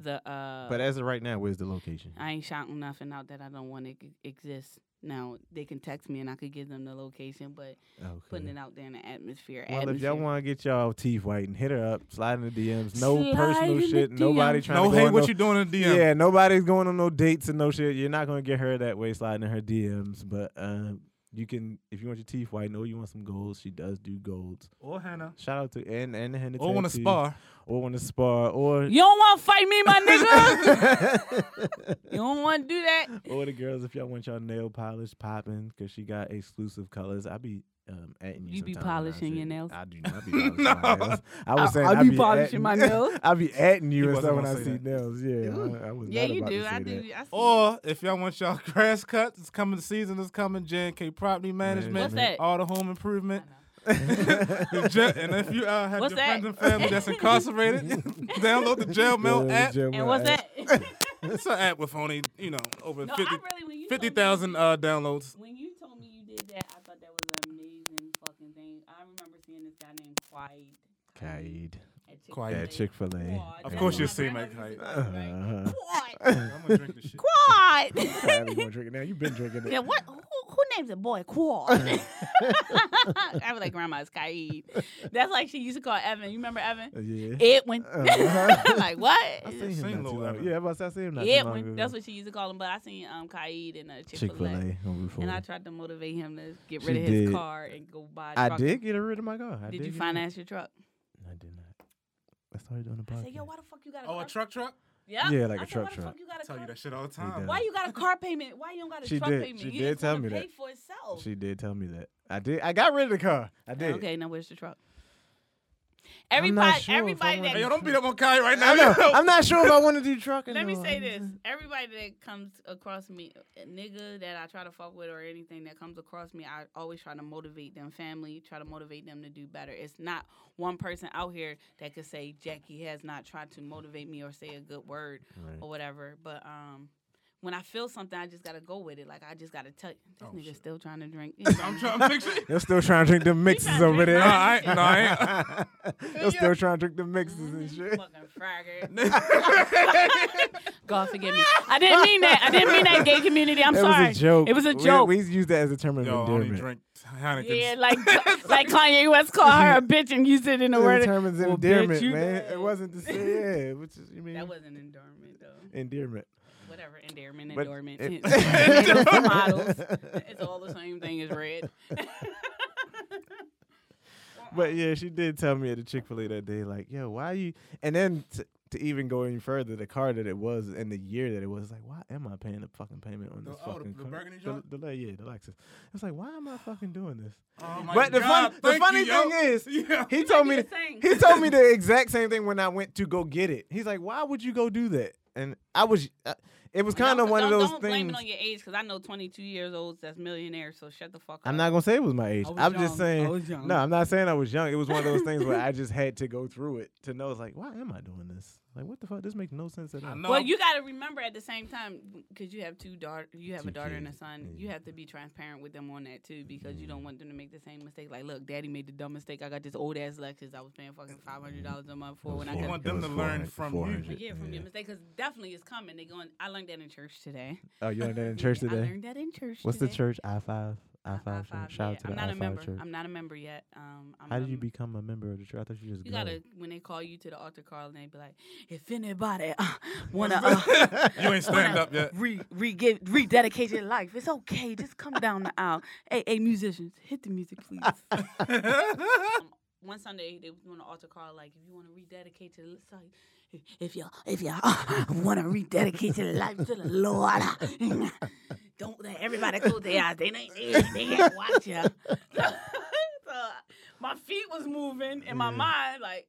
the uh
But as of right now, where's the location?
I ain't shouting nothing out that I don't want to exist. Now they can text me and I could give them the location, but
Okay.
putting it out there in the atmosphere.
Well, if
atmosphere.
y'all want to get y'all teeth whitened, hit her up. Slide in the DMs. No
Slide in
personal
the
shit. Nobody
DMs.
trying
No
to go
hate
on
what
no-
you doing in the DM.
Yeah, nobody's going on no dates and no shit. You're not gonna get her that way sliding in her DMs. But uh, you can, if you want your teeth white, know you want some golds. She does do golds.
Or Hannah.
Shout out to and and Henna
Or want to
Tattoos,
spar.
or want to spar or
you don't want to fight me, my nigga. you don't want to do that.
or the girls if y'all want y'all nail polish popping because she got exclusive colors. I be. Um, atting you
You be
sometime when I
polishing your
shouldn't.
nails?
I do not be polishing my
No.
nails. I was
I-
saying
I
I
be
be
polishing
atting-
my nails?
I be atting you
He
and
wasn't
stuff when I
gonna say
see
that.
nails. Yeah, I, I was
Yeah,
not
you
about
do.
To say
I
that.
do. I see.
Or if y'all want y'all grass cuts, it's coming. The season is coming. J&K Property Management.
What's
that?
All the home improvement. The jail- and if you uh, have
What's
your
that?
friends and family that's incarcerated, download the Jail Mail
Yeah,
app.
Jim
and
Will
what's
ask.
that? no,
It's an app with only you know over
I
50
really when you told me-
50,000 uh, downloads.
When you told me you did that, I thought that was an amazing fucking thing. I remember seeing this guy named Quaid.
Kaid.
At
Quaid.
At Chick Fil
Quad.
A.
Of
That's
course
what my
you see my
grandmother used to
Uh,
say, right?
uh,
Quad.
I'm gonna drink this shit.
Quad.
everyone drinking now. You've been drinking
Yeah,
it.
what? Who, who names a boy Quad? I was like, Grandma's Kaid. That's like she used to call Evan. You remember Evan?
Yeah.
Edwin.
Uh-huh.
like what?
I seen
Seen
him not too
Lil
long.
Wayne.
Yeah, but I seen him not too long ago.
Edwin. That's what she used to call him. But I seen um Kaid and a Chick Fil A,
on Route
and
40.
I tried to motivate him to get
She
rid of his
did.
car and go buy. A
I
truck.
did get rid of my car. I
Did, you
get rid-
finance your truck?
I did not. I started doing the
I
podcast.
said, yo, why the fuck you got a
Oh,
car?
a truck truck.
Yeah.
Yeah, like
I
a
said,
truck
why the
truck.
fuck you got
I
a
tell you
car?
that shit all the
He
time.
does.
Why you got a car payment? Why you don't got a
She
truck
did.
payment?
She
you
did
just
tell
wanna
me that.
pay for itself.
She did tell me that. I did. I got rid of the car. I did.
Okay, now where's the truck?
I'm not
Everybody,
sure if I
everybody
wanna-
that
Hey, yo, don't beat up on Kai right now.
I know.
yo.
I'm not sure if I want to do trucking.
Let me
though.
say
I'm
this:
just-
everybody that comes across me, a nigga that I try to fuck with or anything that comes across me, I always try to motivate them. Family, try to motivate them to do better. It's not one person out here that could say Jackie has not tried to motivate me or say a good word
Right.
or whatever. But um, when I feel something, I just gotta go with it. Like I just gotta tell you, this
Oh,
nigga
shit.
still trying to drink.
I'm trying to picture.
They're still trying to drink them mixes
trying to
over there.
drink
No, I ain't. No, I ain't.
They're still trying to drink them mixes and shit.
Fucking fragger. God forgive me. I didn't mean that. I didn't mean that, gay community. I'm
it
sorry.
was a joke.
It was a
We-
joke.
We, use that as a term of
Yo, I only
endearment.
drink Heineken.
Yeah, like like Kanye West called her a bitch and used it in a
It was
word.
a term of
Well, bitch,
endearment,
you
man.
dead.
It wasn't to say yeah, which is you mean
That wasn't endearment though.
endearment.
Whatever, endearment,
But
endearment.
it-
Tomatoes, tomatoes. It's all the same thing as red.
But yeah, she did tell me at the Chick Fil A that day, like, yo, why you? And then t- to even go any further, the car that it was and the year that it was, like, why am I paying the fucking payment on
The-
this
oh, the-
fucking
the
car?
burgundy
The-
joint?
the, la- yeah, the Lexus. It's like, why am I fucking doing this?
Oh my
but the
God,
fun, the
thank
funny
you, yo.
thing is,
Yeah.
he told me
the
th-
same.
he told me the exact same thing when I went to go get it. He's like, why would you go do that? And I was, uh, it was kind of
Don't-
one of
don't-
those
don't blame
things.
it on your age because I know 22 years olds that's millionaires. So shut the fuck up.
I'm not gonna say it was my age.
I was
I'm just
young.
saying.
I was young.
No, I'm not saying I was young. It was one of those things where I just had to go through it to know. It's like, why am I doing this? Like, what the fuck? This makes no sense at all.
I know.
Well, you got to remember at the same time because you have two daughter, you have
Two
a daughter and a
kids,
son.
yeah. Mm-hmm.
You have to be transparent with them on that too because you don't want them to make the same mistake. Like, look, Daddy made the dumb mistake. I got this old ass Lexus. I was paying fucking
Mm-hmm.
five hundred dollars a month for when I
You
got.
want them to learn from you.
But yeah, from your mistake, because definitely it's coming. They going. I learned that in church today.
Oh, you learned that in church
I
today.
learned that in church.
What's the
today.
church? I five. I
I- I
five church.
five,
Shout
yeah.
out to the
I'm not
I
a member.
five church.
I'm not a member yet. Um, I'm
How
a
did you
m-
become a member of the church? I thought you just
You
go.
gotta when they call you to the altar call and they be like, if anybody uh, wanna uh,
you ain't stand up yet.
re re give, rededicate your life. It's okay. Just come down the aisle. Hey, hey, musicians, hit the music, please. um, one Sunday they was doing an altar call like, if you want to rededicate to the sorry, if- if you if you uh, want to rededicate your life to the Lord, uh, don't let everybody close their eyes. They ain't they, they can't watch you. so my feet was moving in my mind like.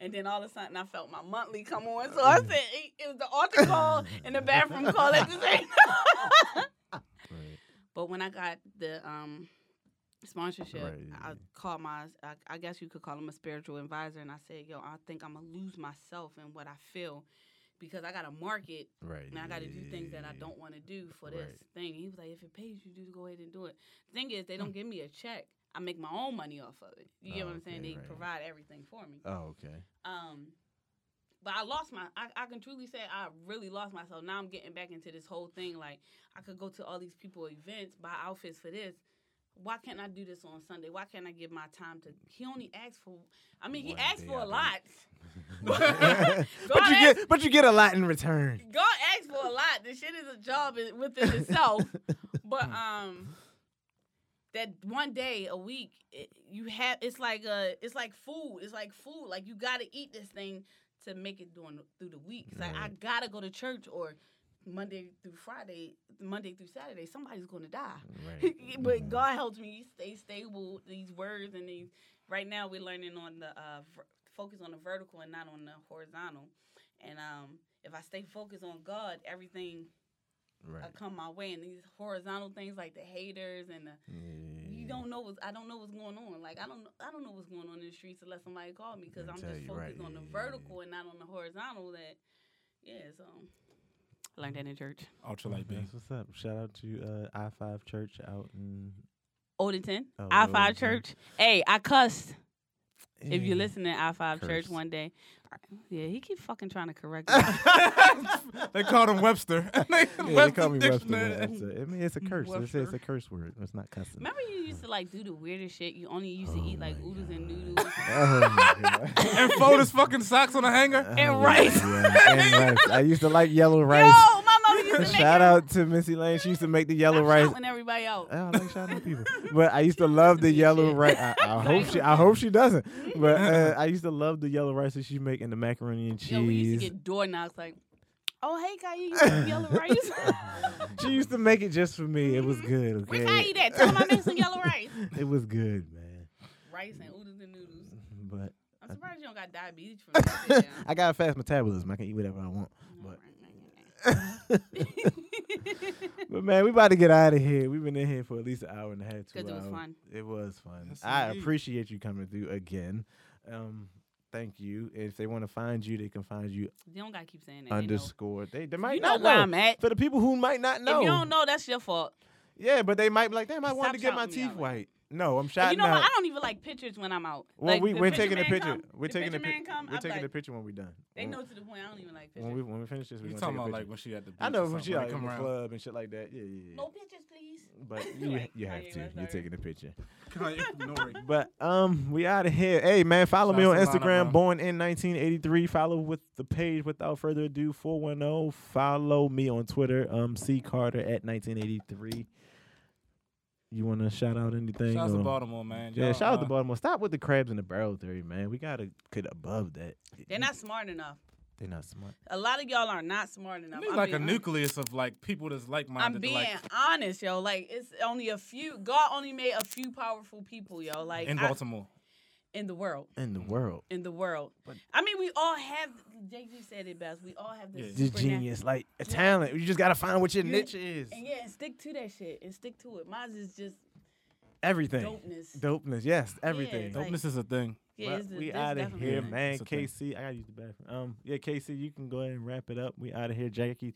And then all of a sudden, I felt my monthly come on. So I said, it, it was the altar call and the bathroom call at the same time.
Right.
but when I got the um, sponsorship,
Right, yeah,
I
yeah.
called my, I, I guess you could call him a spiritual advisor. And I said, yo, I think I'm going to lose myself in what I feel because I got to market
Right.
and I got to do things that I don't want to do for this
Right.
thing. he was like, if it pays you, just go ahead and do it. Thing is, they don't give me a check. I make my own money off of it. You
Hmm.
get
Oh,
what I'm saying?
okay,
They
right.
provide everything for me.
Oh, okay.
Um, But I lost my. I, I can truly say I really lost myself. Now I'm getting back into this whole thing. Like I could go to all these people events, buy outfits for this. Why can't I do this on Sunday? Why can't I give my time to? He only asked for. I mean,
One
he asked
day
for
I
a
do.
lot. God
but you
asked
get but you get a lot in return.
God asks for a lot. This shit is a job in- within itself. but um, that one day a week, it, you have it's like a it's like food. It's like food. Like you gotta eat this thing to make it during through the week. It's like I gotta go to church or Monday through Friday, Monday through Saturday. Somebody's gonna die.
Mm-hmm.
but God helps me stay stable. These words and these. Right now, we're learning on the uh, ver- focus on the vertical and not on the horizontal. And um, if I stay focused on God, everything
Right.
will come my way. And these horizontal things like the haters and the you don't know what's I don't know what's going on. Like I don't know- I don't know what's going on in the streets unless somebody call me because
I'll
I'm
tell
just
you, right,
focused on the
yeah, yeah, yeah.
vertical and not on the horizontal. That yeah, so. I learned that in church.
Ultra light beam.
That's what's up. Shout out to uh, I five Church out in.
Oldington,
Oh,
I five
Oldington.
church. Hey, I cussed. If you're
Yeah.
listening, I five church
Mm. Curse.
one day. Yeah, he keep fucking trying to correct me.
They called him Webster.
Yeah, they call me Webster. when I say- I mean, it's a curse. They say it's a
Webster.
curse word. It's not cussing.
Mm, Remember you used to like do the weirdest shit. You only used to
Oh
eat like
my
oodles and
God.
noodles.
Oh my God.
and fold his fucking socks on a hanger.
Oh, yeah,
rice.
yeah, and rice. I used to like yellow
Yo,
rice.
my mama used to make
Shout
it-
out to Missy Lane. She used to make the yellow
I'm
rice. Oh,
shouting everybody out.
I don't like shouting at people, but I used to love the
Shit.
yellow rice. I, I hope she, I hope she doesn't. But uh, I used to love the yellow rice that she make and the macaroni and cheese.
Yo, we used to get door knocks like, oh hey, Kai, you eat yellow rice?
she used to make it just for me. It was good.
Where Kai
Okay,
eat Mm-hmm. that? Tell him I make some yellow rice.
it was good, man.
Rice and oodles and noodles.
But
I'm surprised you don't got diabetes from that. shit, yeah.
I got a fast metabolism. I can eat whatever I want. But but man, we about to get out of here. We've been in here for at least an hour and a half. Two
'Cause it was
hours.
fun.
It was fun.
Yes,
I
indeed.
appreciate you coming through again. Um, thank you. If they want to find you, they can find you
you don't gotta keep saying that.
underscore. They they
They know.
might
You know
not
where
know.
I'm at.
For the people who might not know,
If you don't know, that's your fault.
yeah, but they might be like, damn, I wanted
Stop
to get my
shouting me out
teeth
like
white. No, I'm
And
shouting
you know
out.
what? I don't even like pictures when I'm out.
well,
Like,
we
the
we're
picture
taking the
man
picture.
come-
We're
the
taking the
picture man
picture.
come,
We're
I'm
taking
like,
the picture when we're done.
They
When-
know to the point I don't even like
when
pictures.
we when we finish this. We're
You
gonna take
talking
a
about
picture.
like when she at the beach
I
or
know when
something,
she
like,
like in
come
the
around.
club and shit like that. Yeah, yeah, yeah.
No pictures, please.
But you
Like,
you have
Kanye
to.
West
You're
already.
taking the picture.
Kanye, no worry.
But um, we out of here. Hey man, follow me on
Shouts to Lana,
Instagram,
bro.
born in 1983. Follow with the page without further ado, 410. Follow me on Twitter, um, C Carter at 1983. You want to shout out anything?
Shout out to
or-
Baltimore, man.
Yeah,
Y'all,
shout out to
uh,
Baltimore. Stop with the crabs in the barrel theory, man. We gotta get above that.
They're not smart enough.
They're not smart.
A lot of y'all are not smart enough.
I need like a
being hon-
nucleus of like people that's like minded.
I'm being
like,
honest, yo. Like it's only a few. God only made a few powerful people, yo. Like
in
I-
Baltimore.
in the world,
In the world,
in the world. I mean, we all have. Jay Z said it best. We all have this
Yeah.
just
supernat-
genius, like a talent. You just gotta find what your
You-
niche is.
And yeah, and stick to that shit and stick to it. Mine is just
Everything.
dopeness.
Dopeness. Yes, everything.
like-
Dopeness is a thing.
Yeah,
But
it's the-
we
that's
out of
definitely
here,
a thing.
man.
It's a thing.
KC, I gotta use the bathroom. Um, yeah, KC, you can go ahead and wrap it up. We out of here, Jackie.